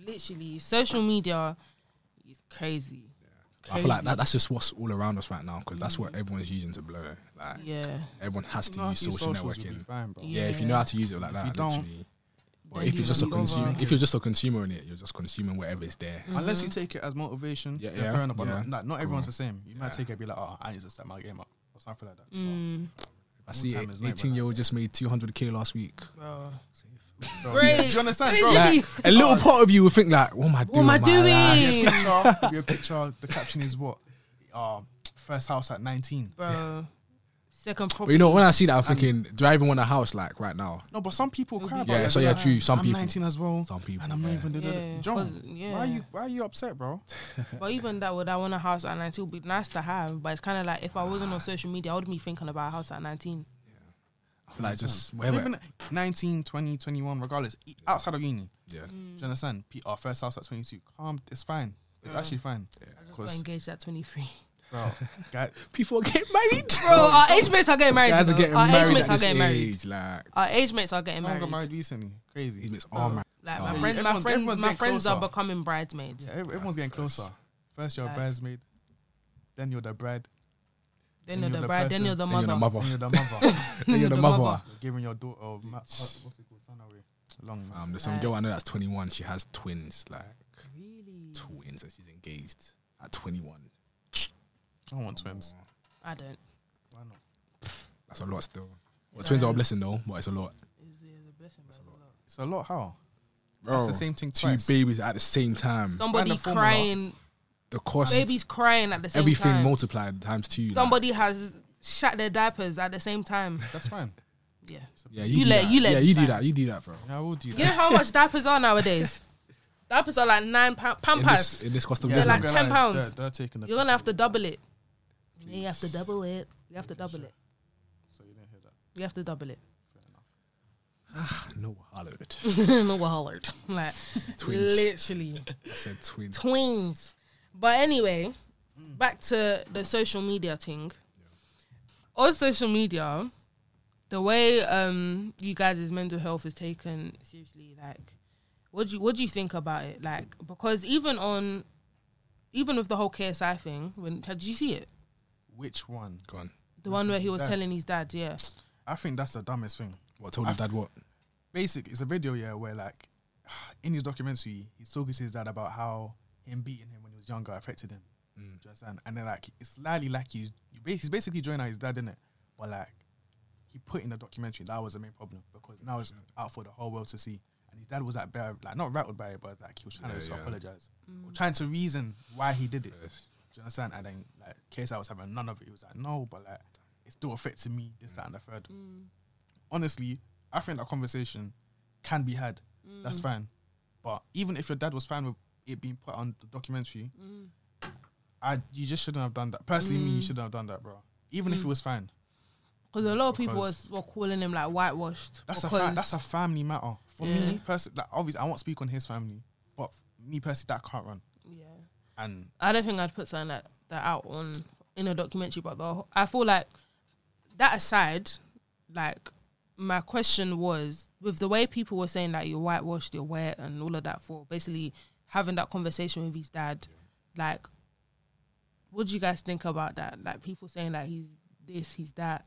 [SPEAKER 1] literally, social media is crazy. Mm.
[SPEAKER 3] I feel like that, that's just what's all around us right now because that's what everyone's using to blow. Like
[SPEAKER 1] Yeah.
[SPEAKER 3] everyone has to
[SPEAKER 2] No,
[SPEAKER 3] use
[SPEAKER 2] your
[SPEAKER 3] social
[SPEAKER 2] socials, you'll be
[SPEAKER 3] networking.
[SPEAKER 2] fine, bro.
[SPEAKER 1] Yeah.
[SPEAKER 3] Yeah, if you know how to use it like
[SPEAKER 2] you
[SPEAKER 3] that,
[SPEAKER 2] don't,
[SPEAKER 3] literally. But
[SPEAKER 1] then
[SPEAKER 3] if
[SPEAKER 1] you
[SPEAKER 3] you're just a
[SPEAKER 1] don't go
[SPEAKER 3] consumer,
[SPEAKER 1] on.
[SPEAKER 3] if you're just a consumer in it, you're just consuming whatever is there.
[SPEAKER 2] Unless
[SPEAKER 1] Mm-hmm.
[SPEAKER 2] you take it as motivation,
[SPEAKER 3] Yeah,
[SPEAKER 2] yeah, yeah,
[SPEAKER 3] yeah,
[SPEAKER 2] fair enough. But
[SPEAKER 3] yeah.
[SPEAKER 2] not, like, not everyone's the same. You might take it and be like, oh, I need to step my game up or something like that.
[SPEAKER 1] Mm,
[SPEAKER 3] I see
[SPEAKER 2] time
[SPEAKER 3] an
[SPEAKER 2] is late,
[SPEAKER 3] 18 year old just made 200k last week.
[SPEAKER 1] bro.
[SPEAKER 3] Safe.
[SPEAKER 2] (laughs) Bro,
[SPEAKER 1] Great.
[SPEAKER 2] Do you understand? Bro,
[SPEAKER 1] Literally.
[SPEAKER 2] like,
[SPEAKER 3] Like, a little part of you would think like, what am I doing?
[SPEAKER 1] What am I
[SPEAKER 3] with my life?
[SPEAKER 1] doing?
[SPEAKER 2] your picture, your picture, the caption is what? Uh, first house at 19.
[SPEAKER 1] bro. Second
[SPEAKER 3] But
[SPEAKER 1] property.
[SPEAKER 3] you know, when I see that, I'm thinking, do I even want a house like right now?
[SPEAKER 2] No, but some people cry about
[SPEAKER 3] Yeah,
[SPEAKER 2] that.
[SPEAKER 3] so
[SPEAKER 2] They're
[SPEAKER 3] yeah,
[SPEAKER 2] like,
[SPEAKER 3] true, some
[SPEAKER 2] I'm
[SPEAKER 3] people.
[SPEAKER 2] 19 as well.
[SPEAKER 3] Some people,
[SPEAKER 2] And I'm not
[SPEAKER 3] yeah.
[SPEAKER 2] even.
[SPEAKER 1] Yeah,
[SPEAKER 2] John,
[SPEAKER 1] 'cause- yeah.
[SPEAKER 2] why are you why are you upset, bro?
[SPEAKER 1] But even that, would I want a house at 19? It would be nice to have, but it's kind of like if I wasn't on social media, I wouldn't be thinking about a house at 19.
[SPEAKER 3] I feel like just wherever.
[SPEAKER 2] Even 19, 20, 21, regardless, e- outside of uni.
[SPEAKER 3] Yeah.
[SPEAKER 1] Mm.
[SPEAKER 2] Do you understand? P- Our first house at 22. Calm, it's fine. It's actually fine.
[SPEAKER 1] Got
[SPEAKER 2] 'Cause,
[SPEAKER 1] engaged at 23.
[SPEAKER 2] (laughs) bro, guy-
[SPEAKER 3] People get (laughs) married.
[SPEAKER 1] Bro, our age mates are getting married.
[SPEAKER 3] Guys
[SPEAKER 1] you
[SPEAKER 3] are
[SPEAKER 1] know.
[SPEAKER 3] getting
[SPEAKER 1] our
[SPEAKER 3] married.
[SPEAKER 1] age
[SPEAKER 3] at
[SPEAKER 1] mates are
[SPEAKER 3] this
[SPEAKER 1] getting married.
[SPEAKER 3] age, Like,
[SPEAKER 1] Our age mates are getting
[SPEAKER 2] someone
[SPEAKER 1] married.
[SPEAKER 2] got married recently. Crazy.
[SPEAKER 3] these mates are married.
[SPEAKER 1] Like
[SPEAKER 3] Yeah,
[SPEAKER 1] my, friend, my
[SPEAKER 2] Oh, everyone's- everyone's
[SPEAKER 1] friends, my
[SPEAKER 2] getting
[SPEAKER 1] friends are
[SPEAKER 2] closer.
[SPEAKER 1] becoming bridesmaids.
[SPEAKER 2] Yeah, ev- everyone's getting closer. First you're a
[SPEAKER 1] Like-
[SPEAKER 2] bridesmaid, then you're the bride,
[SPEAKER 1] Then
[SPEAKER 2] And
[SPEAKER 1] you're
[SPEAKER 2] you're
[SPEAKER 1] the
[SPEAKER 2] the
[SPEAKER 1] bride. Then
[SPEAKER 2] person-
[SPEAKER 1] you're the
[SPEAKER 3] Then you're
[SPEAKER 1] mother. (laughs)
[SPEAKER 3] the
[SPEAKER 2] then
[SPEAKER 3] mother.
[SPEAKER 2] you're the mother. (laughs)
[SPEAKER 3] Then you're the mother.
[SPEAKER 2] You're giving your daughter oh, ma- what's it called? Son away. Long man.
[SPEAKER 3] Um, there's some
[SPEAKER 1] Right.
[SPEAKER 3] girl I know that's 21. She has twins, like
[SPEAKER 1] Really?
[SPEAKER 3] twins, and she's engaged at 21.
[SPEAKER 2] I want twins.
[SPEAKER 1] I don't.
[SPEAKER 2] Why not?
[SPEAKER 3] That's a lot still. Well, twins are a blessing though, but it's a lot.
[SPEAKER 1] It's, it's a blessing, but it's a lot.
[SPEAKER 2] It's a lot. How?
[SPEAKER 3] Bro,
[SPEAKER 2] That's the same thing
[SPEAKER 3] Two
[SPEAKER 2] twice.
[SPEAKER 3] babies at the same time.
[SPEAKER 1] Somebody
[SPEAKER 2] Mm. Find a formula.
[SPEAKER 1] crying,
[SPEAKER 3] the cost,
[SPEAKER 1] babies crying at the same
[SPEAKER 3] everything
[SPEAKER 1] time.
[SPEAKER 3] multiplied times two. like-
[SPEAKER 1] Somebody has shat their diapers at the same
[SPEAKER 2] (laughs)
[SPEAKER 1] time.
[SPEAKER 2] That's fine.
[SPEAKER 1] Yeah.
[SPEAKER 3] yeah,
[SPEAKER 1] you
[SPEAKER 3] do
[SPEAKER 1] let-
[SPEAKER 3] that.
[SPEAKER 1] you let
[SPEAKER 3] yeah,
[SPEAKER 1] me
[SPEAKER 3] you do
[SPEAKER 1] sign.
[SPEAKER 3] that. You do that, bro.
[SPEAKER 2] Yeah, I will do
[SPEAKER 1] You know
[SPEAKER 2] that.
[SPEAKER 1] how much diapers are
[SPEAKER 2] (laughs)
[SPEAKER 1] nowadays? Diapers are like nine pound
[SPEAKER 3] In
[SPEAKER 1] pampas.
[SPEAKER 3] this, in this cost of
[SPEAKER 1] Yeah,
[SPEAKER 3] living,
[SPEAKER 1] like
[SPEAKER 2] they're
[SPEAKER 1] 10 pounds.
[SPEAKER 2] They're, they're taking the
[SPEAKER 1] You're gonna
[SPEAKER 2] piss
[SPEAKER 1] have to
[SPEAKER 2] already.
[SPEAKER 1] double it. You have to double it. You have to double it.
[SPEAKER 2] So you didn't hear that.
[SPEAKER 1] You have to double (laughs) it.
[SPEAKER 3] no hollered.
[SPEAKER 1] (laughs) no one hollered. Like
[SPEAKER 3] Twins.
[SPEAKER 1] literally
[SPEAKER 3] I said twins.
[SPEAKER 1] twins. But anyway, back to the social media thing. On social media, the way um you guys' mental health is taken seriously, like what do you what do you think about it? Like because even on even with the whole KSI thing, when did you see it?
[SPEAKER 2] Which one?
[SPEAKER 3] Go on.
[SPEAKER 1] The one where he was
[SPEAKER 2] Dad.
[SPEAKER 1] telling his dad, yeah.
[SPEAKER 2] I think that's the dumbest thing.
[SPEAKER 3] What told his dad what?
[SPEAKER 2] Basic, it's a video, yeah, where like (sighs) in his documentary, he's talking to his dad about how him beating him when he was younger affected him.
[SPEAKER 3] Mm.
[SPEAKER 2] Do you understand? And then like it's slightly like he's you bas- he's basically drawing out his dad, innit? But like he put in the documentary that was the main problem because now it's out for the whole world to see. And his dad was like, bare- like not rattled by it, but like he was trying
[SPEAKER 3] Yeah,
[SPEAKER 2] to
[SPEAKER 3] yeah.
[SPEAKER 2] apologize, or trying to reason why he did it.
[SPEAKER 3] Yes.
[SPEAKER 2] Do you understand? And then like case I was having none of it. He was like, no, but like it still affected me, this, that, and the third. Honestly, I think that conversation can be had. That's fine. But even if your dad was fine with it being put on the documentary, I you just shouldn't have done that. Personally, me, you shouldn't have done that, bro. Even if it was fine.
[SPEAKER 1] Because a lot of people
[SPEAKER 2] Because-
[SPEAKER 1] was, were calling him like whitewashed.
[SPEAKER 2] That's a
[SPEAKER 1] because-
[SPEAKER 2] fa- that's a family matter. For
[SPEAKER 1] Yeah.
[SPEAKER 2] me personally, like, obviously I won't speak on his family, but me personally, that can't run.
[SPEAKER 1] yeah.
[SPEAKER 2] And
[SPEAKER 1] I don't think I'd put something like that out on in a documentary, but the, I feel like that aside, like my question was with the way people were saying that you're whitewashed, you're wet, and all of that for basically having that conversation with his dad, like, what do you guys think about that? Like people saying that he's this, he's that.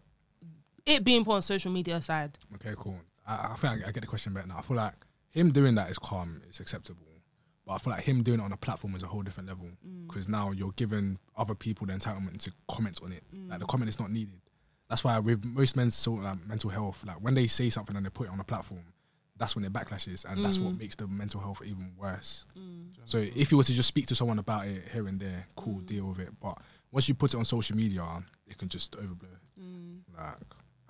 [SPEAKER 1] It being put on social media aside,
[SPEAKER 3] Okay, cool. I, I think I, I get the question better now. I feel like him doing that is calm, it's acceptable. But I feel like him doing it on a platform is a whole different level because now you're giving other people the entitlement to comment on it. Like the comment is not needed. That's why with most men's sort of like mental health, like when they say something and they put it on a platform, that's when it backlashes, and that's what makes the mental health even worse. So if you were to just speak to someone about it here and there, cool, deal with it. But once you put it on social media, it can just overblow. Like,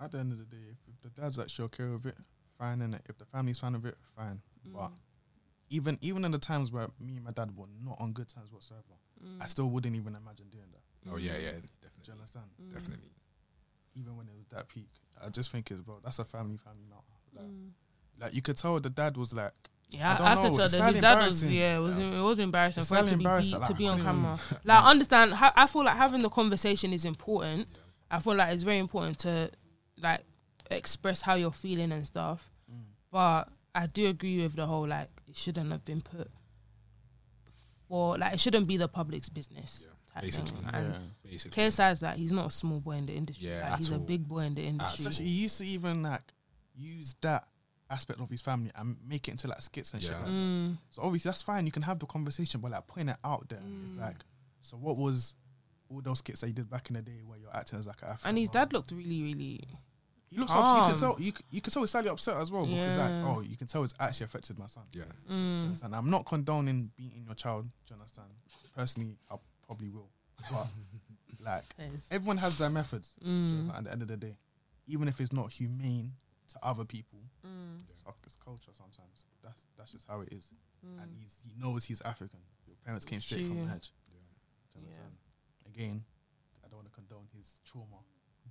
[SPEAKER 2] at the end of the day, if, if the dad's actually okay with it, fine. And if the family's fine with it, fine. But even even in the times where me and my dad were not on good times whatsoever, I
[SPEAKER 1] Mm.
[SPEAKER 2] still wouldn't even imagine doing that.
[SPEAKER 3] oh yeah, yeah,
[SPEAKER 2] Do you
[SPEAKER 3] definitely,
[SPEAKER 2] understand?
[SPEAKER 1] Mm.
[SPEAKER 3] definitely.
[SPEAKER 2] Even when it was that peak, I just think it's bro. That's a family family matter. Like,
[SPEAKER 1] Mm.
[SPEAKER 2] like you could tell the dad was like,
[SPEAKER 1] Yeah,
[SPEAKER 2] I don't
[SPEAKER 1] I, I
[SPEAKER 2] know,
[SPEAKER 1] could tell
[SPEAKER 2] it's
[SPEAKER 1] that his
[SPEAKER 2] slightly
[SPEAKER 1] dad was
[SPEAKER 2] embarrassing.
[SPEAKER 1] yeah, it was it was embarrassing
[SPEAKER 2] It's
[SPEAKER 1] for him to
[SPEAKER 2] slightly
[SPEAKER 1] be
[SPEAKER 2] embarrassing,
[SPEAKER 1] beat-
[SPEAKER 2] like,
[SPEAKER 1] to be
[SPEAKER 2] I
[SPEAKER 1] on
[SPEAKER 2] couldn't even-
[SPEAKER 1] camera. Like I understand, ha- I feel like having the conversation is important. I feel like it's very important to like express how you're feeling and stuff. But I do agree with the whole like it shouldn't have been put for like it shouldn't be the public's business. type thing.
[SPEAKER 3] basically,
[SPEAKER 1] And
[SPEAKER 3] basically.
[SPEAKER 1] KSI is like he's not a small boy in the industry.
[SPEAKER 3] Yeah,
[SPEAKER 1] like,
[SPEAKER 3] at
[SPEAKER 1] he's a
[SPEAKER 3] all.
[SPEAKER 1] big boy in the industry.
[SPEAKER 2] Ah, Especially he used to even like use that aspect of his family and make it into like skits and shit.
[SPEAKER 3] Yeah.
[SPEAKER 2] Like
[SPEAKER 1] Mm.
[SPEAKER 2] that. So obviously that's fine. You can have the conversation, but like putting it out there, it's
[SPEAKER 1] Mm.
[SPEAKER 2] like, so what was all those skits that you did back in the day where you're acting as like an African?
[SPEAKER 1] And his
[SPEAKER 2] mom?
[SPEAKER 1] dad looked really, really
[SPEAKER 2] He looks upset. You
[SPEAKER 1] calm.
[SPEAKER 2] can tell. You, c- you can tell he's slightly upset as well because
[SPEAKER 1] Yeah.
[SPEAKER 2] like, oh, you can tell it's actually affected my son.
[SPEAKER 3] Yeah.
[SPEAKER 1] Mm.
[SPEAKER 2] And I'm not condoning beating your child. Do you understand? Personally, I probably will, but
[SPEAKER 1] (laughs)
[SPEAKER 2] like
[SPEAKER 1] Yes.
[SPEAKER 2] everyone has their methods. do you
[SPEAKER 1] Mm.
[SPEAKER 2] understand, At the end of the day, even if it's not humane to other people,
[SPEAKER 1] Mm.
[SPEAKER 2] it's, our- it's culture sometimes. That's that's just how it is. And he's, he knows he's African. Your parents came straight from
[SPEAKER 1] Mm. True.
[SPEAKER 2] Hajj.
[SPEAKER 3] Yeah.
[SPEAKER 2] Do
[SPEAKER 1] Yeah.
[SPEAKER 2] you understand? Again, I don't want to condone his trauma,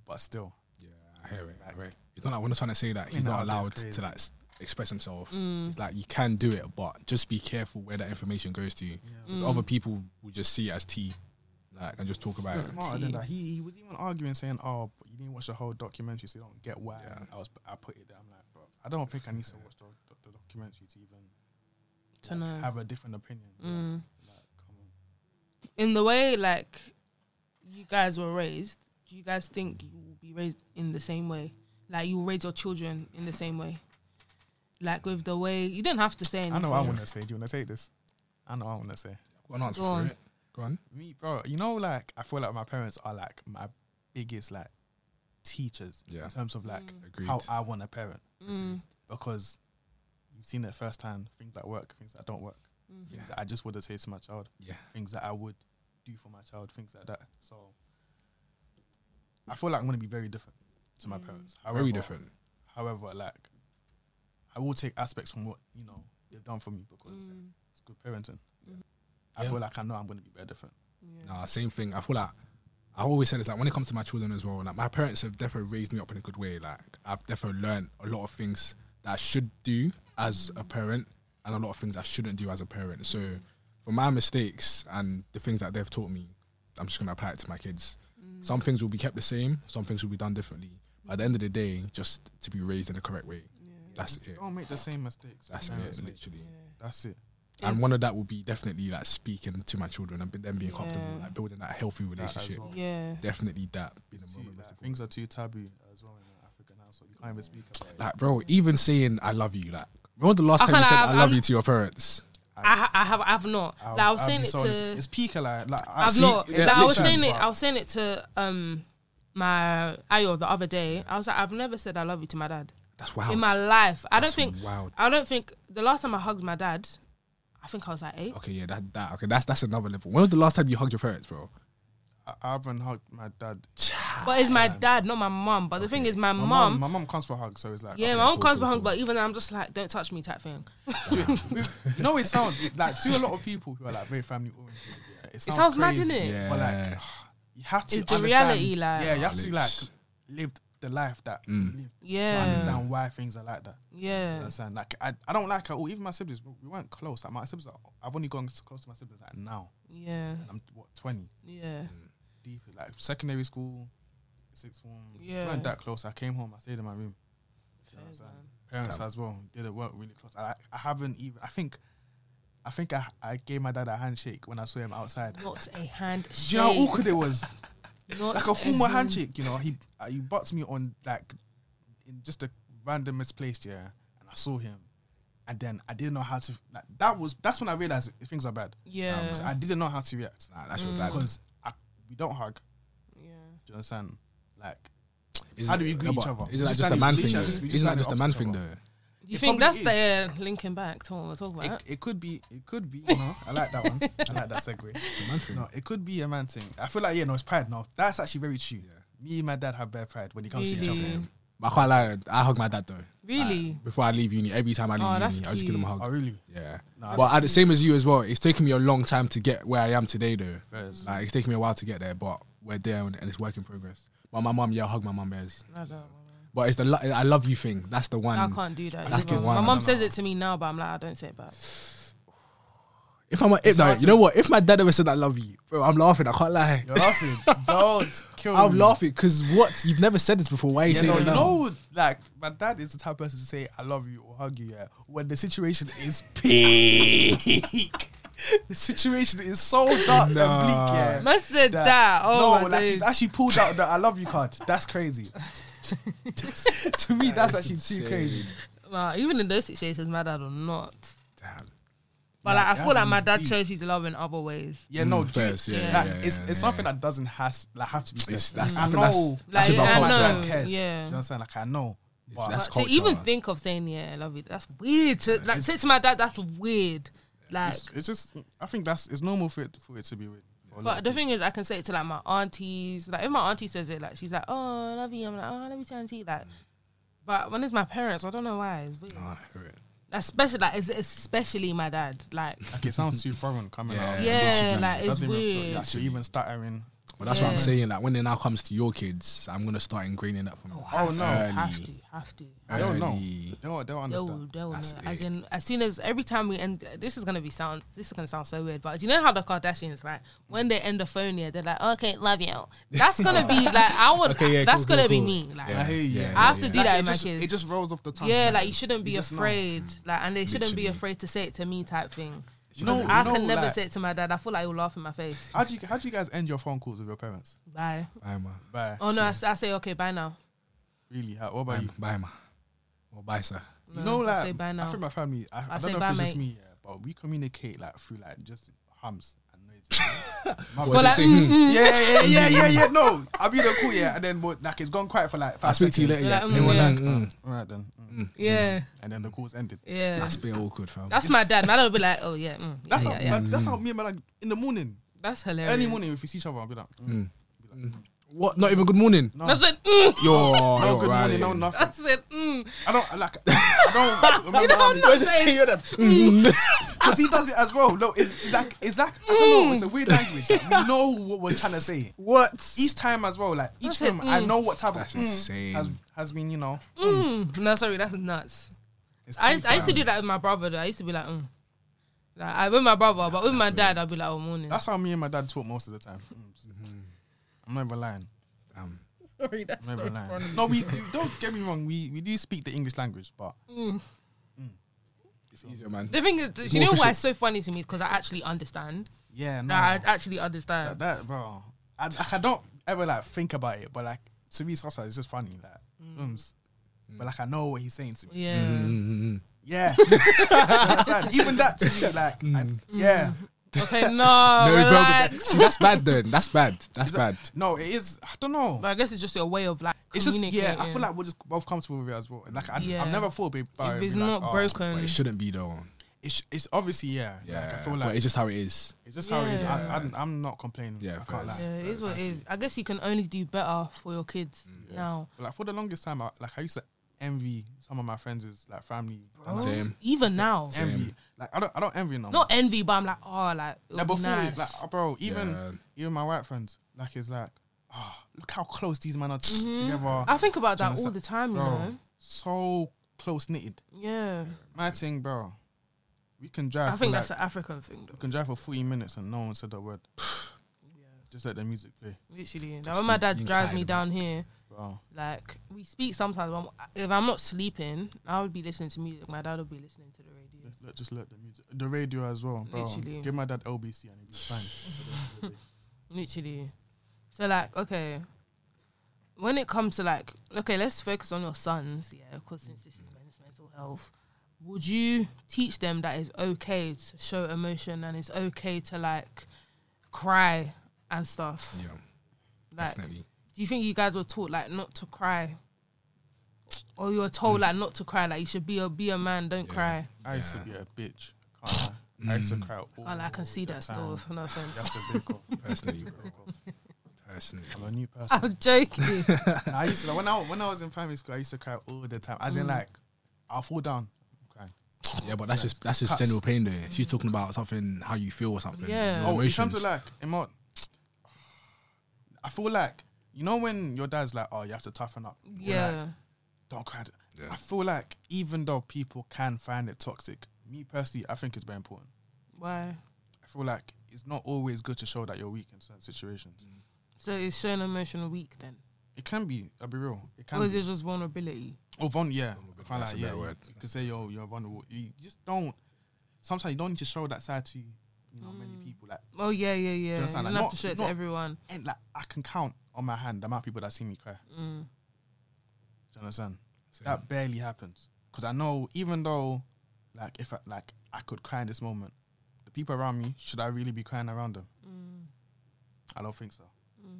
[SPEAKER 2] but still,
[SPEAKER 3] Yeah, I hear it. I hear it. It's not like we're not trying to say that he's
[SPEAKER 2] No,
[SPEAKER 3] not
[SPEAKER 2] that's
[SPEAKER 3] allowed
[SPEAKER 2] crazy.
[SPEAKER 3] to like s- express himself.
[SPEAKER 1] Mm.
[SPEAKER 3] It's like you can do it, but just be careful where that information goes to.
[SPEAKER 1] Mm.
[SPEAKER 3] 'Cause Other people will just see it as tea, like and just talk about
[SPEAKER 2] He's
[SPEAKER 3] it.
[SPEAKER 2] smarter than
[SPEAKER 1] Tea.
[SPEAKER 2] that. He, he was even arguing, saying, "Oh, but you didn't watch the whole documentary, so you don't get why
[SPEAKER 3] Yeah.
[SPEAKER 2] I was I put it there." I'm like, bro, I don't think I need to watch the, the, the documentary to even
[SPEAKER 1] To
[SPEAKER 2] like,
[SPEAKER 1] know.
[SPEAKER 2] have a different opinion.
[SPEAKER 1] Mm.
[SPEAKER 2] Like, come on.
[SPEAKER 1] in the way like you guys were raised, do you guys think you will be raised in the same way? Like you raise your children in the same way? Like with the way you don't have to say anything.
[SPEAKER 2] I know what I want to say. Do you want to take this? I know what I want to say.
[SPEAKER 3] Got an answer
[SPEAKER 1] Go
[SPEAKER 3] for
[SPEAKER 1] on.
[SPEAKER 3] it. Go on.
[SPEAKER 2] Me, bro, you know, like I feel like my parents are like my biggest like teachers
[SPEAKER 3] Yeah.
[SPEAKER 2] in terms of like
[SPEAKER 3] Agreed.
[SPEAKER 2] how I want a parent
[SPEAKER 1] Mm,
[SPEAKER 2] because you've seen it firsthand. Things that work, things that don't work,
[SPEAKER 1] mm,
[SPEAKER 2] things that I just would have said to my child.
[SPEAKER 3] yeah.
[SPEAKER 2] things that I would do for my child, things like that. So I feel like I'm gonna be very different to my
[SPEAKER 1] Mm.
[SPEAKER 2] parents.
[SPEAKER 3] Very different.
[SPEAKER 2] However, like I will take aspects from what you know they've done for me because
[SPEAKER 1] mm,
[SPEAKER 2] it's good parenting.
[SPEAKER 1] Mhm.
[SPEAKER 2] I
[SPEAKER 3] Yeah.
[SPEAKER 2] feel like I know I'm gonna be very different.
[SPEAKER 1] yeah.
[SPEAKER 3] Nah, same thing. I feel like I always say this, like when it comes to my children as well, like my parents have definitely raised me up in a good way. Like I've definitely learned a lot of things that I should do as a parent and a lot of things I shouldn't do as a parent. So for my mistakes and the things that they've taught me, I'm just gonna apply it to my kids. Some things will be kept the same, some things will be done differently. But at the end of the day, just to be raised in the correct way. That's it.
[SPEAKER 2] Don't make the same mistakes.
[SPEAKER 3] That's
[SPEAKER 2] your parents
[SPEAKER 3] it,
[SPEAKER 2] made.
[SPEAKER 3] literally.
[SPEAKER 2] That's it.
[SPEAKER 3] And one of that will be definitely like speaking to my children and them being comfortable,
[SPEAKER 1] Yeah.
[SPEAKER 3] like building that healthy
[SPEAKER 2] as
[SPEAKER 3] relationship.
[SPEAKER 2] well.
[SPEAKER 1] Yeah.
[SPEAKER 3] Definitely that being
[SPEAKER 2] It's
[SPEAKER 3] the
[SPEAKER 2] too-
[SPEAKER 3] moment.
[SPEAKER 2] like, things are too taboo as well in the African household. You can't even speak about it.
[SPEAKER 3] Like, bro, even saying I love you, like, when was the last
[SPEAKER 1] I
[SPEAKER 3] time you
[SPEAKER 1] can't
[SPEAKER 3] said
[SPEAKER 1] have-
[SPEAKER 3] I love
[SPEAKER 1] I'm-
[SPEAKER 3] you to your parents?
[SPEAKER 1] I, ha- I have I have not.
[SPEAKER 2] I'll-
[SPEAKER 1] like I was
[SPEAKER 2] I'll
[SPEAKER 1] saying
[SPEAKER 2] be
[SPEAKER 1] it
[SPEAKER 2] so honest.
[SPEAKER 1] to
[SPEAKER 2] It's peak like, like
[SPEAKER 1] I've not.
[SPEAKER 3] yeah,
[SPEAKER 1] like, I was
[SPEAKER 3] literally,
[SPEAKER 1] saying it.
[SPEAKER 2] but-
[SPEAKER 1] I was saying it to um my Ayo the other day. I was like, I've never said I love you to my dad
[SPEAKER 3] That's wild.
[SPEAKER 1] in my life. I
[SPEAKER 3] That's
[SPEAKER 1] don't think.
[SPEAKER 3] wild.
[SPEAKER 1] I don't think the last time I hugged my dad, I think I was like eight.
[SPEAKER 3] Okay, yeah, that, that, okay, that's that's another level. When was the last time you hugged your parents, bro?
[SPEAKER 2] I I haven't hugged my dad.
[SPEAKER 1] But it's my dad, not my mum. But the thing is, my
[SPEAKER 2] My mum,
[SPEAKER 1] mum.
[SPEAKER 2] my mum comes for hugs, so it's like
[SPEAKER 1] Yeah,
[SPEAKER 2] okay,
[SPEAKER 1] my mum
[SPEAKER 2] cool,
[SPEAKER 1] comes
[SPEAKER 2] cool,
[SPEAKER 1] for
[SPEAKER 2] cool.
[SPEAKER 1] hug, but even then, I'm just like, don't touch me, type thing.
[SPEAKER 2] Do you you know it sounds like to a lot of people who are like very family oriented. Yeah, it
[SPEAKER 1] It
[SPEAKER 2] sounds,
[SPEAKER 1] sounds mad,
[SPEAKER 2] crazy,
[SPEAKER 1] isn't it?
[SPEAKER 3] Yeah.
[SPEAKER 2] But like you have to
[SPEAKER 1] It's the
[SPEAKER 2] understand-
[SPEAKER 1] reality, like-
[SPEAKER 2] yeah, you have to like
[SPEAKER 3] Knowledge.
[SPEAKER 2] live the life that you
[SPEAKER 3] Mm.
[SPEAKER 2] live to
[SPEAKER 1] Yeah,
[SPEAKER 2] understand why things are like that. You
[SPEAKER 1] yeah,
[SPEAKER 2] Understand? Like I, I don't like her. Or even my siblings. We weren't close. Like my siblings, are, I've only gone so close to my siblings like now.
[SPEAKER 1] yeah,
[SPEAKER 2] And I'm what twenty
[SPEAKER 1] yeah.
[SPEAKER 3] Mm,
[SPEAKER 2] deep. Like secondary school, sixth form. we
[SPEAKER 1] Yeah.
[SPEAKER 2] weren't that close. I came home. I stayed in my room. You know what I'm saying? Parents
[SPEAKER 3] Damn.
[SPEAKER 2] as well did it work really close. I, I haven't even. I think, I think I, I gave my dad a handshake when I saw him outside.
[SPEAKER 1] Not a handshake.
[SPEAKER 2] Do you know how awkward it was?
[SPEAKER 1] Not
[SPEAKER 2] Like a formal
[SPEAKER 1] hand-
[SPEAKER 2] handshake. You know, he uh, he butts me on like in just the randomest place. Yeah, and I saw him, and then I didn't know how to. Like, that was that's when I realized things are bad.
[SPEAKER 1] Yeah,
[SPEAKER 2] 'Cause I didn't know how to react
[SPEAKER 3] Nah, that's your dad.
[SPEAKER 2] because I, we don't hug.
[SPEAKER 1] yeah.
[SPEAKER 2] Do you understand? Like
[SPEAKER 3] Isn't-
[SPEAKER 2] how do we greet
[SPEAKER 3] no,
[SPEAKER 2] each
[SPEAKER 3] but
[SPEAKER 2] other?
[SPEAKER 3] Isn't that
[SPEAKER 2] Just
[SPEAKER 3] just a
[SPEAKER 2] that
[SPEAKER 3] man
[SPEAKER 2] we
[SPEAKER 3] thing?
[SPEAKER 2] literally
[SPEAKER 3] though?
[SPEAKER 2] just- we
[SPEAKER 3] Isn't that
[SPEAKER 2] literally
[SPEAKER 3] just a man
[SPEAKER 2] opposite
[SPEAKER 3] thing,
[SPEAKER 2] each
[SPEAKER 3] though?
[SPEAKER 1] You
[SPEAKER 2] It
[SPEAKER 1] think
[SPEAKER 2] probably
[SPEAKER 1] that's the uh, linking back to what we're talking
[SPEAKER 2] it,
[SPEAKER 1] about?
[SPEAKER 2] it could be. It could be. You know, I like that one. I like that (laughs) segue.
[SPEAKER 3] It's a man thing.
[SPEAKER 2] No, it could be a man thing. I feel like yeah, no, it's pride. No, that's actually very true.
[SPEAKER 3] Yeah.
[SPEAKER 2] Me and my dad have bare pride when it comes to each other.
[SPEAKER 1] Really,
[SPEAKER 3] But I can't lie, I hug my dad, though.
[SPEAKER 1] really.
[SPEAKER 3] Before I leave uni, every time I leave
[SPEAKER 1] Oh,
[SPEAKER 3] uni,
[SPEAKER 1] that's
[SPEAKER 3] I just give him a
[SPEAKER 2] Oh
[SPEAKER 3] hug.
[SPEAKER 2] really?
[SPEAKER 3] Yeah.
[SPEAKER 2] Nah,
[SPEAKER 3] but I, the same as you as well, it's taken me a long time to get where I am today, though.
[SPEAKER 2] Fairs.
[SPEAKER 3] Like, it's taken me a while to get there, but we're there and and it's work in progress. But my mum, yeah, I hug my mum bears.
[SPEAKER 1] I don't. know.
[SPEAKER 3] But it's the lo- I love you thing. That's the one.
[SPEAKER 1] I
[SPEAKER 2] mm.
[SPEAKER 1] can't do that.
[SPEAKER 3] that's
[SPEAKER 1] you know.
[SPEAKER 3] the
[SPEAKER 1] My
[SPEAKER 3] one.
[SPEAKER 1] mom says it to me now, but I'm like, I don't say it back.
[SPEAKER 3] If I'm if no,
[SPEAKER 2] hard
[SPEAKER 3] you
[SPEAKER 2] to-
[SPEAKER 3] know what? If my dad ever said I love you, bro, I'm laughing. I can't lie.
[SPEAKER 2] You're laughing. (laughs) Don't kill
[SPEAKER 3] I'm
[SPEAKER 2] me.
[SPEAKER 3] laughing because what you've never said this before. Why are you
[SPEAKER 2] Yeah,
[SPEAKER 3] saying
[SPEAKER 2] no,
[SPEAKER 3] it
[SPEAKER 2] you
[SPEAKER 3] now?
[SPEAKER 2] know, like my dad is the type of person to say "I love you" or hug you, yeah, when the situation is (laughs) peak. the situation is so dark
[SPEAKER 3] Nah.
[SPEAKER 2] and bleak, yeah.
[SPEAKER 1] Must said that. Oh my
[SPEAKER 2] no, like
[SPEAKER 1] days.
[SPEAKER 2] he's actually pulled out
[SPEAKER 1] (laughs)
[SPEAKER 2] the "I love you" card. That's crazy. to me, that's,
[SPEAKER 3] That's
[SPEAKER 2] actually
[SPEAKER 3] insane.
[SPEAKER 2] too crazy.
[SPEAKER 1] Nah, even in those situations, my dad will not.
[SPEAKER 3] Damn.
[SPEAKER 1] But like, I feel
[SPEAKER 2] that's
[SPEAKER 1] like my dad
[SPEAKER 2] deep.
[SPEAKER 1] shows his love in other ways.
[SPEAKER 2] Yeah, no,
[SPEAKER 3] Mm,
[SPEAKER 2] do you-
[SPEAKER 3] facts, yeah,
[SPEAKER 1] yeah,
[SPEAKER 2] like,
[SPEAKER 3] yeah,
[SPEAKER 2] it's
[SPEAKER 3] yeah,
[SPEAKER 2] it's
[SPEAKER 3] yeah.
[SPEAKER 2] something that doesn't has like have to be said.
[SPEAKER 3] It's- that's-
[SPEAKER 2] I
[SPEAKER 3] I
[SPEAKER 2] know,
[SPEAKER 3] think that's- that's
[SPEAKER 1] Like,
[SPEAKER 3] about
[SPEAKER 1] I
[SPEAKER 3] culture.
[SPEAKER 1] know,
[SPEAKER 2] cares, do you
[SPEAKER 1] yeah.
[SPEAKER 2] know what I'm saying? Like I know, but
[SPEAKER 3] that's
[SPEAKER 1] But to even
[SPEAKER 3] culture.
[SPEAKER 1] think of saying yeah, I love you, that's weird. To, like say to my dad, that's weird. Like,
[SPEAKER 2] it's, it's just I think that's it's normal for it for it to be with. for a lot
[SPEAKER 1] but
[SPEAKER 2] of
[SPEAKER 1] the
[SPEAKER 2] people.
[SPEAKER 1] thing is, I can say it to like my aunties. Like if my auntie says it, like she's like, oh, I love you. I'm like, oh, I love you, too, auntie. Like, but when it's my parents, I don't know why. It's weird.
[SPEAKER 3] Ah, I hear it.
[SPEAKER 1] Especially like, it's especially my dad. Like,
[SPEAKER 2] like it sounds too foreign coming
[SPEAKER 3] Yeah.
[SPEAKER 2] out. of-
[SPEAKER 1] yeah,
[SPEAKER 3] doesn't-
[SPEAKER 1] like it's
[SPEAKER 2] doesn't even feel-
[SPEAKER 1] weird.
[SPEAKER 2] Like, you're even stuttering.
[SPEAKER 3] But that's what I'm
[SPEAKER 1] Yeah.
[SPEAKER 3] saying. Like when it now comes to your kids, I'm gonna start ingraining that from.
[SPEAKER 2] Oh, no.
[SPEAKER 1] have to, have to.
[SPEAKER 2] I don't know.
[SPEAKER 3] early-
[SPEAKER 2] They don't, they don't
[SPEAKER 1] They
[SPEAKER 2] understand.
[SPEAKER 1] will, they will
[SPEAKER 3] That's
[SPEAKER 1] know. As
[SPEAKER 3] it.
[SPEAKER 1] in, as soon as every time we end, this is gonna be sound. This is gonna sound so weird, but do you know how the Kardashians like when they end the phone here, they're like, "Okay, love you." That's gonna be like I would.
[SPEAKER 3] Okay, yeah,
[SPEAKER 1] that's
[SPEAKER 3] cool,
[SPEAKER 1] gonna be
[SPEAKER 3] cool, cool.
[SPEAKER 1] me. Like,
[SPEAKER 3] Yeah,
[SPEAKER 1] yeah,
[SPEAKER 2] I hear you.
[SPEAKER 3] yeah,
[SPEAKER 1] I have
[SPEAKER 3] yeah,
[SPEAKER 1] to do
[SPEAKER 3] yeah.
[SPEAKER 1] that
[SPEAKER 2] it
[SPEAKER 1] in my
[SPEAKER 2] just,
[SPEAKER 1] kids.
[SPEAKER 2] It just rolls off the tongue.
[SPEAKER 1] like you shouldn't be
[SPEAKER 2] just know.
[SPEAKER 1] afraid. Like, and they shouldn't be
[SPEAKER 3] Literally.
[SPEAKER 1] afraid to say it to me, type thing.
[SPEAKER 2] No,
[SPEAKER 1] I
[SPEAKER 2] no,
[SPEAKER 1] can never
[SPEAKER 2] like-
[SPEAKER 1] say it to my dad. I feel like he'll laugh in my face.
[SPEAKER 2] How do you how do you guys end your phone calls with your parents?
[SPEAKER 1] Bye.
[SPEAKER 3] Bye, ma.
[SPEAKER 2] Bye.
[SPEAKER 1] Oh no, I, s- I say okay, bye now.
[SPEAKER 2] really? How, what
[SPEAKER 3] Bye,
[SPEAKER 2] about you?
[SPEAKER 3] bye, ma. Or bye, sir.
[SPEAKER 1] No,
[SPEAKER 2] you know,
[SPEAKER 1] I
[SPEAKER 2] like
[SPEAKER 1] say bye
[SPEAKER 2] I
[SPEAKER 1] now.
[SPEAKER 2] think my family. I, I,
[SPEAKER 1] I say
[SPEAKER 2] don't know
[SPEAKER 1] bye,
[SPEAKER 2] if it's just
[SPEAKER 1] mate.
[SPEAKER 2] me, yeah, but we communicate like through like just hums and noises. My
[SPEAKER 3] Well,
[SPEAKER 1] Well,
[SPEAKER 2] brother-
[SPEAKER 1] like,
[SPEAKER 3] say,
[SPEAKER 1] mm,
[SPEAKER 3] hmm.
[SPEAKER 1] mm.
[SPEAKER 2] yeah, yeah, yeah, yeah, yeah. No, I'll be the cool, yeah, and then but, like it's gone quiet for like five
[SPEAKER 3] I'll speak to you later.
[SPEAKER 2] seconds.
[SPEAKER 1] Like,
[SPEAKER 3] Yeah. They were
[SPEAKER 1] yeah.
[SPEAKER 3] like, mm,
[SPEAKER 2] All right then, Mm.
[SPEAKER 3] mm.
[SPEAKER 1] yeah,
[SPEAKER 2] and then the calls ended.
[SPEAKER 1] yeah.
[SPEAKER 3] That's a bit awkward, fam.
[SPEAKER 1] That's my dad. My dad would be like, "Oh yeah, mm, yeah,
[SPEAKER 2] That's
[SPEAKER 1] yeah,
[SPEAKER 2] how
[SPEAKER 1] yeah."
[SPEAKER 2] like, that's how me and my like in the morning,
[SPEAKER 1] That's hilarious.
[SPEAKER 2] early morning, if we see each other, I'll be like, mm.
[SPEAKER 3] Mm. What? Not even good
[SPEAKER 2] (laughs)
[SPEAKER 3] morning.
[SPEAKER 2] no,
[SPEAKER 1] That's it. (laughs) Mm,
[SPEAKER 3] You're
[SPEAKER 2] no good
[SPEAKER 1] (laughs)
[SPEAKER 2] morning, no nothing.
[SPEAKER 1] that's it. Mm.
[SPEAKER 2] I don't like. I
[SPEAKER 1] (laughs)
[SPEAKER 2] don't remember.
[SPEAKER 1] You know,
[SPEAKER 2] how
[SPEAKER 1] I'm
[SPEAKER 2] many-
[SPEAKER 1] not
[SPEAKER 2] Let's just
[SPEAKER 1] saying-
[SPEAKER 2] say you're the- Because he does it as well. No, it's, it's like it's like I don't know. It's a weird language. Like, we know what we're trying to say.
[SPEAKER 3] What?
[SPEAKER 2] Each time as well, like
[SPEAKER 1] That's
[SPEAKER 2] each time,
[SPEAKER 1] it,
[SPEAKER 2] I
[SPEAKER 1] mm.
[SPEAKER 2] know what type
[SPEAKER 3] That's
[SPEAKER 2] of mm
[SPEAKER 3] insane.
[SPEAKER 2] has has been. You know,
[SPEAKER 1] Mm. No, sorry, that's nuts.
[SPEAKER 2] it's
[SPEAKER 1] I
[SPEAKER 2] too
[SPEAKER 1] used, I used to
[SPEAKER 2] far.
[SPEAKER 1] do that with my brother. Though. I used to be like, mm. like I with my brother, but with my dad, I'd be like, "Oh morning."
[SPEAKER 2] That's how me and my dad talk most of the time. Mm. I'm never lying.
[SPEAKER 3] Um,
[SPEAKER 1] sorry, that's
[SPEAKER 2] I'm never
[SPEAKER 1] so
[SPEAKER 2] lying.
[SPEAKER 1] funny.
[SPEAKER 2] No, we do, don't get me wrong. We we do speak the English language, but
[SPEAKER 3] it's easier, man.
[SPEAKER 1] The thing is, do you
[SPEAKER 3] More
[SPEAKER 1] know why
[SPEAKER 3] efficient.
[SPEAKER 1] it's so funny to me? Because I actually understand.
[SPEAKER 2] yeah, no,
[SPEAKER 1] No, I actually understand.
[SPEAKER 2] that, that, bro. I, like, I don't ever like think about it, but like to me, sometimes it's just funny. Like, mm. but like I know what he's saying to me.
[SPEAKER 1] yeah.
[SPEAKER 3] Mm, mm, (laughs)
[SPEAKER 2] Yeah. Do you understand? Even that to me, like, I- yeah. (laughs)
[SPEAKER 1] Okay, no,
[SPEAKER 3] mm. No, bro, but
[SPEAKER 1] Oh,
[SPEAKER 3] that-
[SPEAKER 1] relax.
[SPEAKER 3] see, that's bad then. That's bad. That's
[SPEAKER 2] Is that-
[SPEAKER 3] bad.
[SPEAKER 2] No, it is. I don't know.
[SPEAKER 1] but I guess it's just your way of like
[SPEAKER 2] it's just yeah. I feel
[SPEAKER 1] communicating.
[SPEAKER 2] like we're just both comfortable with it as well. And, Like I, I've
[SPEAKER 1] Yeah.
[SPEAKER 2] never thought about
[SPEAKER 1] if
[SPEAKER 2] it.
[SPEAKER 1] it's
[SPEAKER 2] be like,
[SPEAKER 1] not
[SPEAKER 2] oh,
[SPEAKER 1] broken,
[SPEAKER 3] But it shouldn't be though.
[SPEAKER 2] It's it's obviously yeah.
[SPEAKER 3] Yeah,
[SPEAKER 2] Like I feel
[SPEAKER 3] but
[SPEAKER 2] like
[SPEAKER 3] it's just how it is.
[SPEAKER 2] it's just how it is.
[SPEAKER 1] Yeah.
[SPEAKER 2] I, I, I'm not complaining.
[SPEAKER 3] Yeah,
[SPEAKER 2] I can't
[SPEAKER 3] facts.
[SPEAKER 2] lie.
[SPEAKER 1] yeah, it is what it is. I guess you can only do better for your kids
[SPEAKER 2] Mm,
[SPEAKER 1] now.
[SPEAKER 2] But, like for the longest time, I, like I used to envy some of my friends' like family.
[SPEAKER 1] Oh,
[SPEAKER 3] Same.
[SPEAKER 1] Even now,
[SPEAKER 3] Same.
[SPEAKER 2] Envy. Like I don't I don't envy them.
[SPEAKER 1] not envy, but I'm like, oh, like, it
[SPEAKER 2] Like
[SPEAKER 1] would be
[SPEAKER 2] before,
[SPEAKER 1] nice.
[SPEAKER 2] like oh, bro, even
[SPEAKER 3] Yeah.
[SPEAKER 2] even my white friends, like it's like, oh, look how close these men are t-
[SPEAKER 1] Mm-hmm.
[SPEAKER 2] together.
[SPEAKER 1] I think about that
[SPEAKER 2] Do you
[SPEAKER 1] all
[SPEAKER 2] understand?
[SPEAKER 1] the time, you
[SPEAKER 2] bro,
[SPEAKER 1] know.
[SPEAKER 2] so close knitted.
[SPEAKER 1] Yeah,
[SPEAKER 2] My thing, bro. We can
[SPEAKER 1] I,
[SPEAKER 2] drive.
[SPEAKER 1] think
[SPEAKER 2] for,
[SPEAKER 1] that's
[SPEAKER 2] like,
[SPEAKER 1] an African thing,
[SPEAKER 2] we
[SPEAKER 1] though.
[SPEAKER 2] can drive for forty minutes and no one said a word. Just let the music play,
[SPEAKER 1] Literally, like when my dad
[SPEAKER 3] in
[SPEAKER 1] drives me
[SPEAKER 3] Cairo.
[SPEAKER 1] down here,
[SPEAKER 2] bro.
[SPEAKER 1] like we speak sometimes. But I'm- if I'm not sleeping, I would be listening to music. My dad would be listening to the radio.
[SPEAKER 2] Just let, just let the music, the radio as well, bro.
[SPEAKER 1] Literally.
[SPEAKER 2] Give my dad LBC and he'll be fine. for the rest of
[SPEAKER 1] (laughs)
[SPEAKER 2] the day.
[SPEAKER 1] Literally, so like, okay, when it comes to like, okay, let's focus on your sons, yeah, because since this is men's mental health. Would you teach them that it's okay to show emotion and it's okay to like cry and stuff?
[SPEAKER 3] Yeah,
[SPEAKER 1] like,
[SPEAKER 3] definitely.
[SPEAKER 1] do you think you guys were taught like not to cry, or you were told like not to cry, like you should be a be a man, don't
[SPEAKER 3] Yeah.
[SPEAKER 1] cry?
[SPEAKER 2] I used to be a bitch. Can't Mm. I? I used to cry. All
[SPEAKER 1] Oh, like, I can see
[SPEAKER 2] the
[SPEAKER 1] that
[SPEAKER 2] time.
[SPEAKER 1] still. No offense.
[SPEAKER 2] You have to break (laughs) off.
[SPEAKER 3] Personally, bro.
[SPEAKER 2] Break off.
[SPEAKER 3] Personally.
[SPEAKER 2] I'm a new person.
[SPEAKER 1] (laughs) (laughs) I'm
[SPEAKER 2] (laughs)
[SPEAKER 1] joking.
[SPEAKER 2] Nah, I used to like, when I when I was in primary school, I used to cry all the time. As in
[SPEAKER 1] Mm.
[SPEAKER 2] like, I'll fall down, I'm crying.
[SPEAKER 3] Yeah, but that's just that's just
[SPEAKER 2] Cuts.
[SPEAKER 3] general pain there. She's talking about something, how you feel or something.
[SPEAKER 1] Yeah.
[SPEAKER 3] your
[SPEAKER 2] Oh, in
[SPEAKER 3] emotions.
[SPEAKER 2] terms of like emo- I feel like you know when your dad's like, "Oh, you have to toughen up." You're like,
[SPEAKER 1] yeah,
[SPEAKER 2] don't cry.
[SPEAKER 3] Yeah.
[SPEAKER 2] I feel like even though people can find it toxic, me personally, I think it's very important.
[SPEAKER 1] why?
[SPEAKER 2] I feel like it's not always good to show that you're weak in certain situations.
[SPEAKER 3] Mm.
[SPEAKER 1] So it's showing emotion weak then,
[SPEAKER 2] It can be. I'll be real. It can.
[SPEAKER 1] or is
[SPEAKER 2] be.
[SPEAKER 1] it just vulnerability?
[SPEAKER 2] Oh, vul- yeah. I can't
[SPEAKER 3] That's
[SPEAKER 2] lie,
[SPEAKER 3] a better
[SPEAKER 2] yeah, you-
[SPEAKER 3] word.
[SPEAKER 2] You can say you're you're vulnerable. You just don't. Sometimes you don't need to show that side to you know many people. Like
[SPEAKER 1] Oh yeah, yeah, yeah. You
[SPEAKER 2] Just
[SPEAKER 1] don't
[SPEAKER 2] like
[SPEAKER 1] have
[SPEAKER 2] not-
[SPEAKER 1] to show it to
[SPEAKER 2] not-
[SPEAKER 1] everyone.
[SPEAKER 2] and like I can count on my hand the amount of people that see me cry. Do
[SPEAKER 1] Mm.
[SPEAKER 2] you understand?
[SPEAKER 3] Same.
[SPEAKER 2] That barely happens because I know even though, like if I, like I could cry in this moment, the people around me, should I really be crying around them? I don't think so.
[SPEAKER 1] Mm.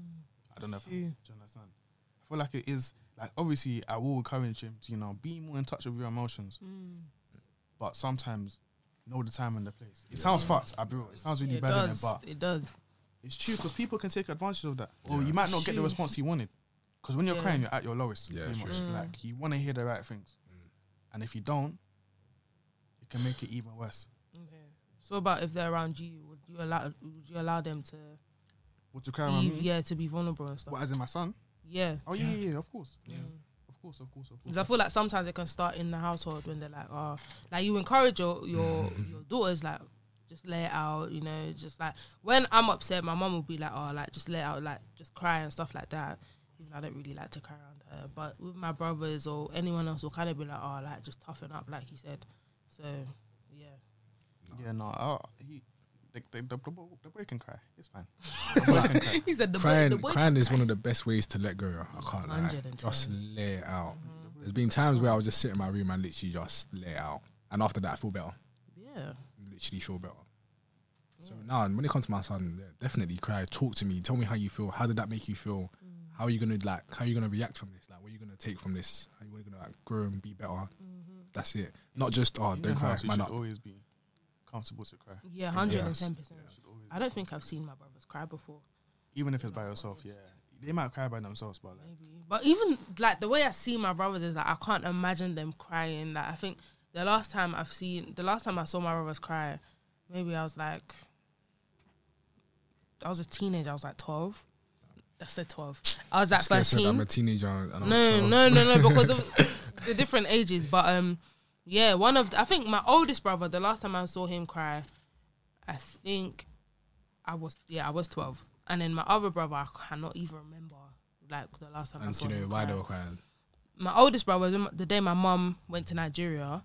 [SPEAKER 2] I don't know. If, do
[SPEAKER 1] True.
[SPEAKER 2] you understand? I feel like it is like obviously I will encourage him to you know be more in touch with your emotions,
[SPEAKER 1] Mm.
[SPEAKER 2] but sometimes know the time and the place. It sounds fucked, I bro. It sounds really
[SPEAKER 1] it
[SPEAKER 2] bad, innit?
[SPEAKER 1] does.
[SPEAKER 2] but
[SPEAKER 1] It does.
[SPEAKER 2] it's true because people can take advantage of that, or
[SPEAKER 3] Yeah.
[SPEAKER 2] you might not get the
[SPEAKER 1] True.
[SPEAKER 2] response you wanted. Because when you're
[SPEAKER 1] Yeah.
[SPEAKER 2] crying, you're at your lowest.
[SPEAKER 3] Yeah,
[SPEAKER 2] pretty
[SPEAKER 3] true.
[SPEAKER 2] much.
[SPEAKER 1] Mm.
[SPEAKER 2] Like you want to hear the right things, and if you don't, it can make it even worse.
[SPEAKER 1] Okay. So about if they're around you, would you allow would you allow them to
[SPEAKER 2] What to
[SPEAKER 1] be,
[SPEAKER 2] cry around me?
[SPEAKER 1] yeah to be vulnerable and stuff?
[SPEAKER 2] What, as in my son?
[SPEAKER 1] Yeah.
[SPEAKER 2] Oh yeah, yeah, yeah, of course.
[SPEAKER 3] Yeah.
[SPEAKER 2] Of course, of course, of course.
[SPEAKER 1] Because I feel like sometimes it can start in the household when they're like, oh, like you encourage your your your daughters like just lay it out, you know, just like when I'm upset, my mum will be like, oh, like just lay it out, like just cry and stuff like that. Even though I don't really like to cry around her, but with my brothers or anyone else, will kind of be like, oh, like just toughen up, like you said. So yeah,
[SPEAKER 2] Yeah, no, uh, he, the, the, the, the, boy, the boy can cry. It's fine. The boy
[SPEAKER 3] (laughs)
[SPEAKER 2] can cry.
[SPEAKER 1] (laughs) he said the
[SPEAKER 3] crying,
[SPEAKER 1] boy, the boy
[SPEAKER 3] crying is one of the best ways to let go. I can't lie.
[SPEAKER 1] 110.
[SPEAKER 3] Just lay it out.
[SPEAKER 1] Mm-hmm.
[SPEAKER 3] There's been times where I was just sit in my room and literally just lay it out, and after that I feel better.
[SPEAKER 1] yeah,
[SPEAKER 3] Literally feel better. So
[SPEAKER 1] Mm.
[SPEAKER 3] now, when it comes to my son, yeah, definitely cry. Talk to me. Tell me how you feel. How did that make you feel?
[SPEAKER 1] Mm.
[SPEAKER 3] How are you gonna like? How are you gonna react from this? Like, what are you gonna take from this? How are you gonna like grow and be better?
[SPEAKER 1] Mm-hmm.
[SPEAKER 3] That's it. Not just oh,
[SPEAKER 2] You know
[SPEAKER 3] don't
[SPEAKER 2] how
[SPEAKER 3] cry,
[SPEAKER 2] you
[SPEAKER 3] man
[SPEAKER 2] should
[SPEAKER 3] up.
[SPEAKER 2] always be comfortable to cry.
[SPEAKER 1] yeah, hundred and ten
[SPEAKER 2] You
[SPEAKER 1] percent.
[SPEAKER 2] should always
[SPEAKER 1] I don't think I've seen my brothers cry before.
[SPEAKER 2] Even if it's by yourself, yeah. They might cry by themselves, but like,
[SPEAKER 1] Maybe. But even like the way I see my brothers is like I can't imagine them crying. Like I think the last time I've seen the last time I saw my brothers cry, maybe I was like I was a teenager, I was like twelve. I said twelve. I was like
[SPEAKER 3] Scared said I'm
[SPEAKER 1] thirteen.
[SPEAKER 3] a teenager. And I'm
[SPEAKER 1] No,
[SPEAKER 3] 12.
[SPEAKER 1] no, no, no, because of
[SPEAKER 3] (laughs)
[SPEAKER 1] the different ages. But um, yeah, one of the, I think my oldest brother. The last time I saw him cry, I think I was yeah I was twelve, and then my other brother I cannot even remember like the last time I
[SPEAKER 3] And
[SPEAKER 1] saw
[SPEAKER 3] do you know
[SPEAKER 1] him
[SPEAKER 3] why
[SPEAKER 1] cry.
[SPEAKER 3] they were crying?
[SPEAKER 1] My oldest brother was the day my mum went to Nigeria.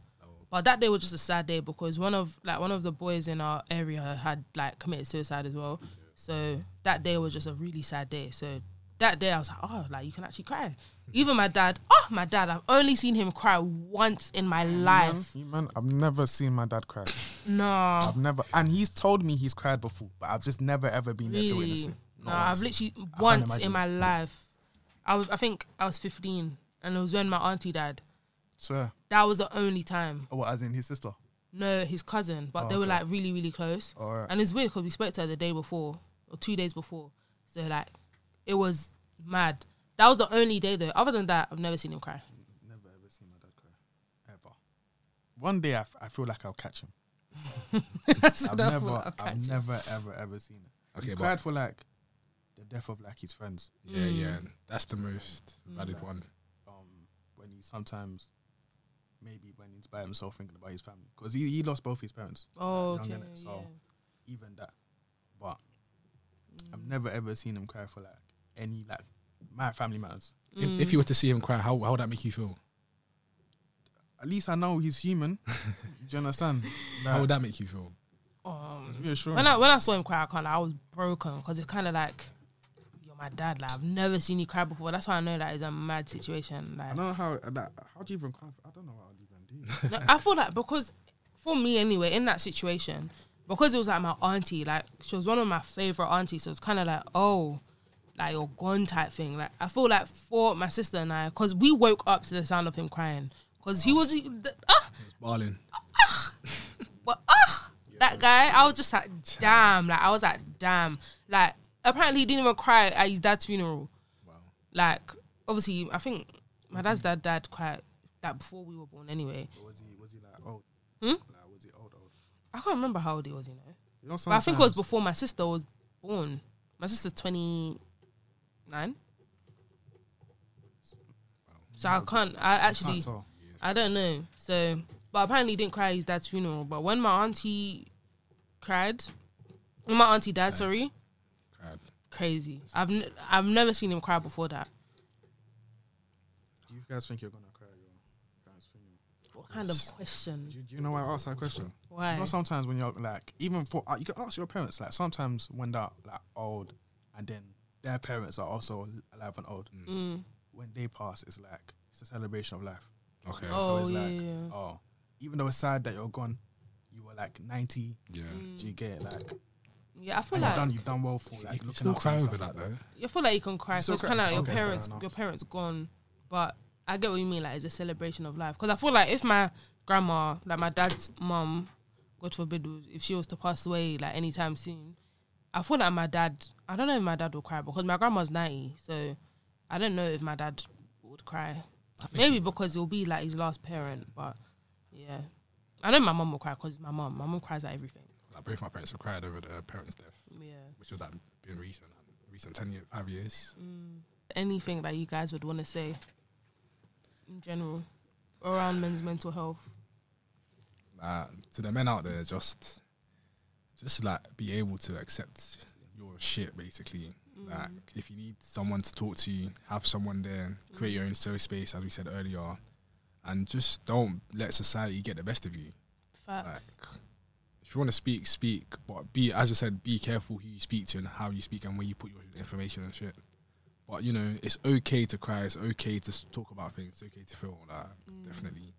[SPEAKER 1] But that day was just a sad day because one of like one of the boys in our area had like committed suicide as well. So that day was just a really sad day. So that day I was like, oh, like you can actually cry. Even my dad, oh my dad, I've only seen him cry once in my life.
[SPEAKER 2] You man, I've never seen my dad cry.
[SPEAKER 1] No,
[SPEAKER 2] I've never, and he's told me he's cried before, but I've just never ever been there to witness
[SPEAKER 1] really.
[SPEAKER 2] it.
[SPEAKER 1] No,
[SPEAKER 2] Not
[SPEAKER 1] I've
[SPEAKER 2] once.
[SPEAKER 1] literally
[SPEAKER 2] can't
[SPEAKER 1] once
[SPEAKER 2] imagine.
[SPEAKER 1] in my life. I was, I think I was 15, and it was when my auntie died.
[SPEAKER 2] Swear.
[SPEAKER 1] That was the only time.
[SPEAKER 2] Oh, what, as in his sister?
[SPEAKER 1] No, his cousin, but
[SPEAKER 2] Oh,
[SPEAKER 1] they were
[SPEAKER 2] okay.
[SPEAKER 1] like really, really close.
[SPEAKER 2] All right.
[SPEAKER 1] And it's weird because we spoke to her the day before or two days before. So like, it was mad. That was the only day though. Other than that, I've never seen him cry. (laughs)
[SPEAKER 2] Never ever seen my dad cry. Ever. One day I, f- I feel like I'll
[SPEAKER 1] (laughs)
[SPEAKER 2] catch him.
[SPEAKER 1] That's
[SPEAKER 2] I've
[SPEAKER 1] what I
[SPEAKER 2] never,
[SPEAKER 1] thought, I'll
[SPEAKER 2] I've
[SPEAKER 1] catch it.
[SPEAKER 2] never, ever, ever seen it.
[SPEAKER 3] Okay,
[SPEAKER 2] he's
[SPEAKER 3] but-
[SPEAKER 2] cried for like the death of like his friends.
[SPEAKER 3] Yeah, yeah. That's the most
[SPEAKER 1] Mm.
[SPEAKER 3] valid one.
[SPEAKER 2] Um, when he sometimes, maybe when he's by himself thinking about his family, because he, he lost both his parents.
[SPEAKER 1] Oh,
[SPEAKER 2] like,
[SPEAKER 1] okay.
[SPEAKER 2] young, innit? So even that, but
[SPEAKER 1] Mm.
[SPEAKER 2] I've never ever seen him cry for like any like my family matters.
[SPEAKER 1] Mm.
[SPEAKER 3] If, if you were to see him cry, how how would that make you feel?
[SPEAKER 2] At least I know he's human. Do you understand?
[SPEAKER 3] How
[SPEAKER 2] Like,
[SPEAKER 3] would that make you feel?
[SPEAKER 1] yeah. Um,
[SPEAKER 2] it's reassuring.
[SPEAKER 1] when I when I saw him cry, I can't. Lie, I was broken because it's kind of like. You're my dad. Like I've never seen you cry before. That's how I know that is a mad situation. Like
[SPEAKER 2] I don't know how uh, that. How do you even cry? For, I don't know what I'd even do.
[SPEAKER 1] No, I feel like because for me anyway, in that situation, because it was like my auntie, like she was one of my favorite aunties, so it's kind of like oh, like you're gone type thing. Like I feel like for my sister and I, because we woke up to the sound of him crying, because he was he- the- ah,
[SPEAKER 3] Balling.
[SPEAKER 1] but ah, that guy. I was just like damn, like I was like damn, like apparently he didn't even cry at his dad's funeral.
[SPEAKER 3] Wow.
[SPEAKER 1] Like obviously, I think my dad's dad died quite like before we were born anyway.
[SPEAKER 2] was he? Was he like old?
[SPEAKER 1] Hmm?
[SPEAKER 2] Like, was he old? Old?
[SPEAKER 1] I can't remember how old he was, you know.
[SPEAKER 2] You know,
[SPEAKER 1] But I think it was
[SPEAKER 2] sometimes-
[SPEAKER 1] before my sister was born. My sister's 29. So I can't, I actually,
[SPEAKER 2] Can't tell.
[SPEAKER 1] I don't know. So, but apparently he didn't cry at his dad's funeral. But when my auntie cried, when my auntie died, sorry,
[SPEAKER 3] Cried.
[SPEAKER 1] crazy. I've, n- I've never seen him cry before that.
[SPEAKER 2] Do you guys think you're gonna cry at your parents' funeral?
[SPEAKER 1] What kind of question?
[SPEAKER 2] Do, do you know why I asked that question? You
[SPEAKER 1] Why?
[SPEAKER 2] know, sometimes when you're like, even for uh, you can ask your parents. Like sometimes when they're like old, and then their parents are also alive and old.
[SPEAKER 1] Mm,
[SPEAKER 2] When they pass, it's like it's a celebration of life.
[SPEAKER 3] Okay.
[SPEAKER 1] Oh,
[SPEAKER 2] so it's
[SPEAKER 1] yeah,
[SPEAKER 2] like,
[SPEAKER 1] yeah.
[SPEAKER 2] oh, even though it's sad that you're gone, you were like 90.
[SPEAKER 3] Yeah.
[SPEAKER 1] Mm.
[SPEAKER 2] Do you get it? Like,
[SPEAKER 1] Yeah, I feel
[SPEAKER 2] and
[SPEAKER 1] like
[SPEAKER 2] you've done, you've done well for like
[SPEAKER 3] you
[SPEAKER 2] looking
[SPEAKER 3] still
[SPEAKER 2] out for
[SPEAKER 3] cry over
[SPEAKER 2] yourself.
[SPEAKER 3] that though.
[SPEAKER 1] you feel like you can cry.
[SPEAKER 2] It's
[SPEAKER 1] So it's
[SPEAKER 2] okay.
[SPEAKER 1] kind of like your
[SPEAKER 2] Okay, fair
[SPEAKER 1] parents,
[SPEAKER 2] enough.
[SPEAKER 1] your parents gone, but I get what you mean. Like it's a celebration of life. Because I feel like if my grandma, like my dad's mum, God forbid, was- if she was to pass away like anytime soon, I feel like my dad. I don't know if my dad would cry because my grandma's ninety, so I don't know if my dad would cry. Maybe because it'll be like his last parent, but yeah, I know my mum will cry because my mum. My mum cries at everything.
[SPEAKER 3] Like both my parents have cried over their parents' death,
[SPEAKER 1] Yeah.
[SPEAKER 3] which was like been recent, recent ten year, five years.
[SPEAKER 1] anything that you guys would want to say in general around men's mental health.
[SPEAKER 3] uh, to the men out there, just just like be able to accept your shit basically.
[SPEAKER 1] Mm.
[SPEAKER 3] Like if you need someone to talk to, you, have someone there, create your own safe space, as we said earlier, and just don't let society get the best of you.
[SPEAKER 1] Facts.
[SPEAKER 3] Like if you want to speak, speak, but be as I said, be careful who you speak to and how you speak and where you put your information and shit. But you know, it's okay to cry. It's okay to s- talk about things. It's okay to feel like
[SPEAKER 1] Mm.
[SPEAKER 3] definitely.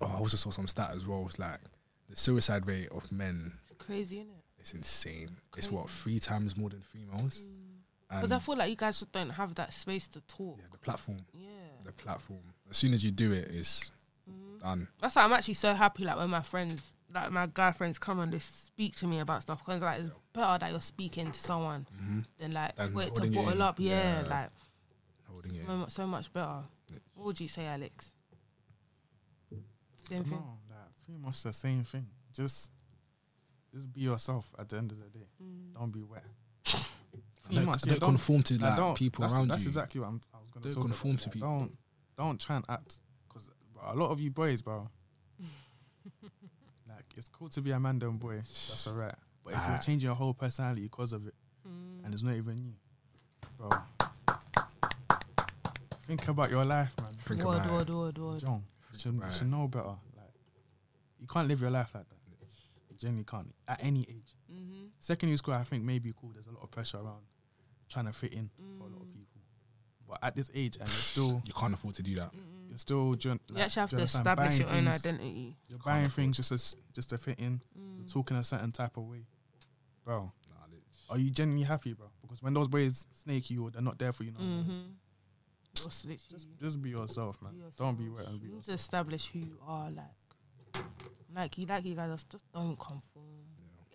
[SPEAKER 3] Oh, I also saw some stat as well. It's like the suicide rate of men
[SPEAKER 1] Crazy, isn't it?
[SPEAKER 3] is insane. It's what three times more than females.
[SPEAKER 1] Mm. Because
[SPEAKER 3] And
[SPEAKER 1] I feel like you guys just don't have that space to talk.
[SPEAKER 3] yeah, the platform,
[SPEAKER 1] Yeah. Mm-hmm.
[SPEAKER 3] the platform. As soon as you do it, it's done.
[SPEAKER 1] That's why I'm actually so happy like when my friends like my guy friends come and they speak to me about stuff because like it's better that you're speaking to someone
[SPEAKER 2] Mm-hmm.
[SPEAKER 1] than like
[SPEAKER 3] Than
[SPEAKER 1] wait to
[SPEAKER 3] holding it in.
[SPEAKER 1] bottle up. Yeah,
[SPEAKER 3] Yeah.
[SPEAKER 1] like
[SPEAKER 3] Holding it.
[SPEAKER 1] so much so much better.
[SPEAKER 3] Yeah.
[SPEAKER 1] What would you say, Alex? Same
[SPEAKER 2] Dunno,
[SPEAKER 1] thing.
[SPEAKER 2] like, pretty much the same thing. Just just be yourself at the end of the day.
[SPEAKER 1] Mm.
[SPEAKER 2] Don't be wet.
[SPEAKER 3] And Don't,
[SPEAKER 2] much,
[SPEAKER 3] don't
[SPEAKER 2] yeah, don't-
[SPEAKER 3] conform to
[SPEAKER 2] Like,
[SPEAKER 3] like
[SPEAKER 2] don't-
[SPEAKER 3] people
[SPEAKER 2] that's,
[SPEAKER 3] around
[SPEAKER 2] that's
[SPEAKER 3] you.
[SPEAKER 2] exactly what I'm, I was going
[SPEAKER 3] Don't
[SPEAKER 2] talk about.
[SPEAKER 3] conform to
[SPEAKER 2] Like,
[SPEAKER 3] people.
[SPEAKER 2] Don't don't try and act because a lot of you
[SPEAKER 1] (laughs)
[SPEAKER 2] boys, bro. like it's cool to be a man, down boy. That's alright. But if you're
[SPEAKER 3] Ah.
[SPEAKER 2] changing your whole personality because of it,
[SPEAKER 1] Mm.
[SPEAKER 2] and it's not even you, bro. Think about your life, man.
[SPEAKER 3] Think
[SPEAKER 1] Word,
[SPEAKER 3] about it.
[SPEAKER 1] word, word, word.
[SPEAKER 2] John, you should, you
[SPEAKER 3] Right.
[SPEAKER 2] should know better. Like, you can't live your life like that. You genuinely can't at any age.
[SPEAKER 1] Mm-hmm.
[SPEAKER 2] Secondary school, I think maybe cool. There's a lot of pressure around trying to fit in for a lot of
[SPEAKER 1] Mm.
[SPEAKER 2] people. But at this age, and you're still,
[SPEAKER 3] You can't afford to do that.
[SPEAKER 2] you're still, do you un-
[SPEAKER 1] Mm. you
[SPEAKER 2] like,
[SPEAKER 1] actually have
[SPEAKER 2] do
[SPEAKER 1] to
[SPEAKER 2] understand?
[SPEAKER 1] establish
[SPEAKER 2] Buying
[SPEAKER 1] your own
[SPEAKER 2] things-
[SPEAKER 1] identity. Mm.
[SPEAKER 2] You're buying things just to, s- just to fit in. You're talking a certain type of way, bro.
[SPEAKER 3] Nah, lit.
[SPEAKER 2] Are you genuinely happy, bro? Because when those boys snake you, or they're not there for you. No, more,
[SPEAKER 1] Mm-hmm. You're literally
[SPEAKER 2] just, just be yourself, man. Don't be wet and be
[SPEAKER 1] You need
[SPEAKER 2] yourself.
[SPEAKER 1] to establish who you are, like, like you, like you guys, are- just don't conform.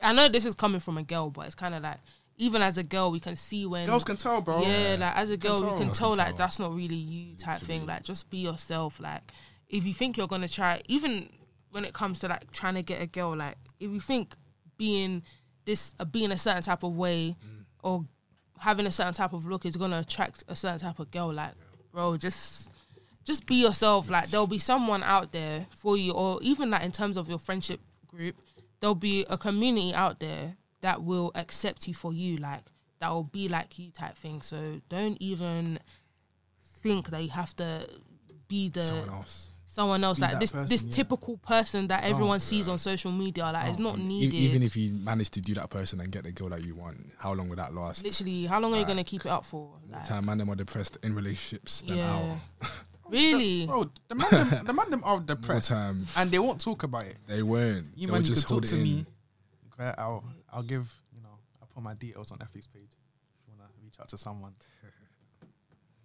[SPEAKER 1] I know this is coming from a girl, but it's kind of like even as a girl, we can see when
[SPEAKER 2] Girls can tell, bro.
[SPEAKER 1] yeah, like as a girl,
[SPEAKER 2] tell.
[SPEAKER 1] you
[SPEAKER 2] You
[SPEAKER 1] can
[SPEAKER 2] can
[SPEAKER 1] tell like
[SPEAKER 3] tell.
[SPEAKER 1] that's not really you type thing. Like just be yourself. Like if you think you're gonna try, even when it comes to like trying to get a girl, like if you think being this uh, being a certain type of way or having a certain type of look is gonna attract a certain type of girl, like bro, just just be yourself. Like there'll be someone out there for you, or even like in terms of your friendship group, there'll be a community out there that will accept you for you. Like that will be like you type thing. So don't even think that you have to be the
[SPEAKER 3] Someone else.
[SPEAKER 1] someone else
[SPEAKER 2] Be
[SPEAKER 1] like
[SPEAKER 2] that
[SPEAKER 1] this
[SPEAKER 2] person,
[SPEAKER 1] this
[SPEAKER 2] yeah.
[SPEAKER 1] typical person that everyone sees on social media. Like it's not
[SPEAKER 3] And e-
[SPEAKER 1] needed.
[SPEAKER 3] Even if you manage to do that person and get the girl that you want, how long would that last?
[SPEAKER 1] literally, how long are you gonna keep it up for? Like,
[SPEAKER 3] Time man, them are depressed in relationships than
[SPEAKER 1] yeah,
[SPEAKER 3] out.
[SPEAKER 1] (laughs) really.
[SPEAKER 2] Bro, the man, them, the man them are
[SPEAKER 3] More
[SPEAKER 2] depressed,
[SPEAKER 3] time
[SPEAKER 2] and they won't talk about it.
[SPEAKER 3] they weren't.
[SPEAKER 2] You
[SPEAKER 3] they
[SPEAKER 2] man,
[SPEAKER 3] would
[SPEAKER 2] you can
[SPEAKER 3] just
[SPEAKER 2] talk
[SPEAKER 3] hold
[SPEAKER 2] to
[SPEAKER 3] it in.
[SPEAKER 2] me. Okay, I'll, I'll give you know, I'll put my details on FX page. If you wanna reach out to someone,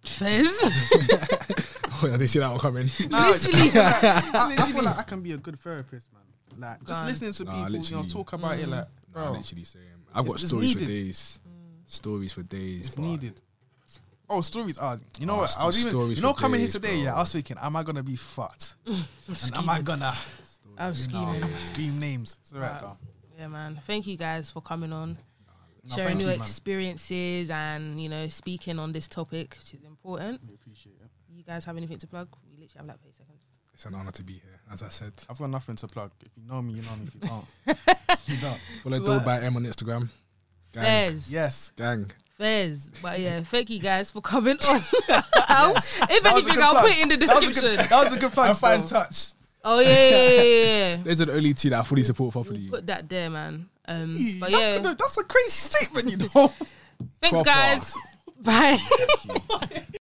[SPEAKER 1] Fez,
[SPEAKER 3] (laughs) Oh, I didn't see that one coming.
[SPEAKER 1] (laughs) literally.
[SPEAKER 2] I, I feel like I can be a good therapist, man. Like just
[SPEAKER 1] Done.
[SPEAKER 2] listening to
[SPEAKER 3] Nah,
[SPEAKER 2] people, you know,
[SPEAKER 3] literally.
[SPEAKER 2] talk about
[SPEAKER 1] Mm.
[SPEAKER 2] it, like
[SPEAKER 3] Nah,
[SPEAKER 2] bro,
[SPEAKER 3] literally same. I've got
[SPEAKER 2] It's- it's
[SPEAKER 3] stories for
[SPEAKER 2] needed.
[SPEAKER 3] days.
[SPEAKER 1] Mm.
[SPEAKER 3] Stories for days.
[SPEAKER 2] it's
[SPEAKER 3] but
[SPEAKER 2] needed. Oh, stories are. You know
[SPEAKER 3] Oh,
[SPEAKER 2] what? I was
[SPEAKER 3] st-
[SPEAKER 2] even.
[SPEAKER 3] stories
[SPEAKER 2] You know,
[SPEAKER 3] for
[SPEAKER 2] coming
[SPEAKER 3] days,
[SPEAKER 2] here today,
[SPEAKER 3] bro.
[SPEAKER 2] yeah. I was thinking, am I gonna be fucked? and am I gonna
[SPEAKER 1] I'm
[SPEAKER 2] you know,
[SPEAKER 1] skiing.
[SPEAKER 2] scream names? It's alright,
[SPEAKER 1] Right.
[SPEAKER 2] though.
[SPEAKER 1] Yeah, man. Thank you guys for coming on,
[SPEAKER 2] No,
[SPEAKER 1] sharing
[SPEAKER 2] thank
[SPEAKER 1] your
[SPEAKER 2] you, man.
[SPEAKER 1] experiences, and you know, speaking on this topic, which is important.
[SPEAKER 2] We appreciate it.
[SPEAKER 1] You guys have anything to plug? We literally have like eight seconds.
[SPEAKER 3] It's an honor to be here. As I said,
[SPEAKER 2] I've got nothing to plug. If you know me, you know me. If you don't,
[SPEAKER 1] (laughs)
[SPEAKER 2] you don't.
[SPEAKER 3] follow
[SPEAKER 1] What?
[SPEAKER 3] Dole by M on Instagram. Gang,
[SPEAKER 1] Fez,
[SPEAKER 2] Yes.
[SPEAKER 3] gang.
[SPEAKER 1] Fez. But yeah, thank you guys for coming
[SPEAKER 2] (laughs)
[SPEAKER 1] on. (laughs) if
[SPEAKER 2] was a
[SPEAKER 1] anything,
[SPEAKER 2] good
[SPEAKER 1] I'll
[SPEAKER 2] plug.
[SPEAKER 1] put it in the
[SPEAKER 2] That was a
[SPEAKER 1] description.
[SPEAKER 2] good, that was a good plug.
[SPEAKER 3] Fine
[SPEAKER 2] still.
[SPEAKER 3] touch.
[SPEAKER 1] Oh yeah, yeah, yeah, yeah,
[SPEAKER 2] (laughs)
[SPEAKER 1] yeah.
[SPEAKER 3] Those are the only two that I fully support properly.
[SPEAKER 1] Put that there, man. Um, but
[SPEAKER 2] That
[SPEAKER 1] yeah,
[SPEAKER 2] could have- that's a crazy statement, you know.
[SPEAKER 1] thanks,
[SPEAKER 3] proper.
[SPEAKER 1] guys. Bye.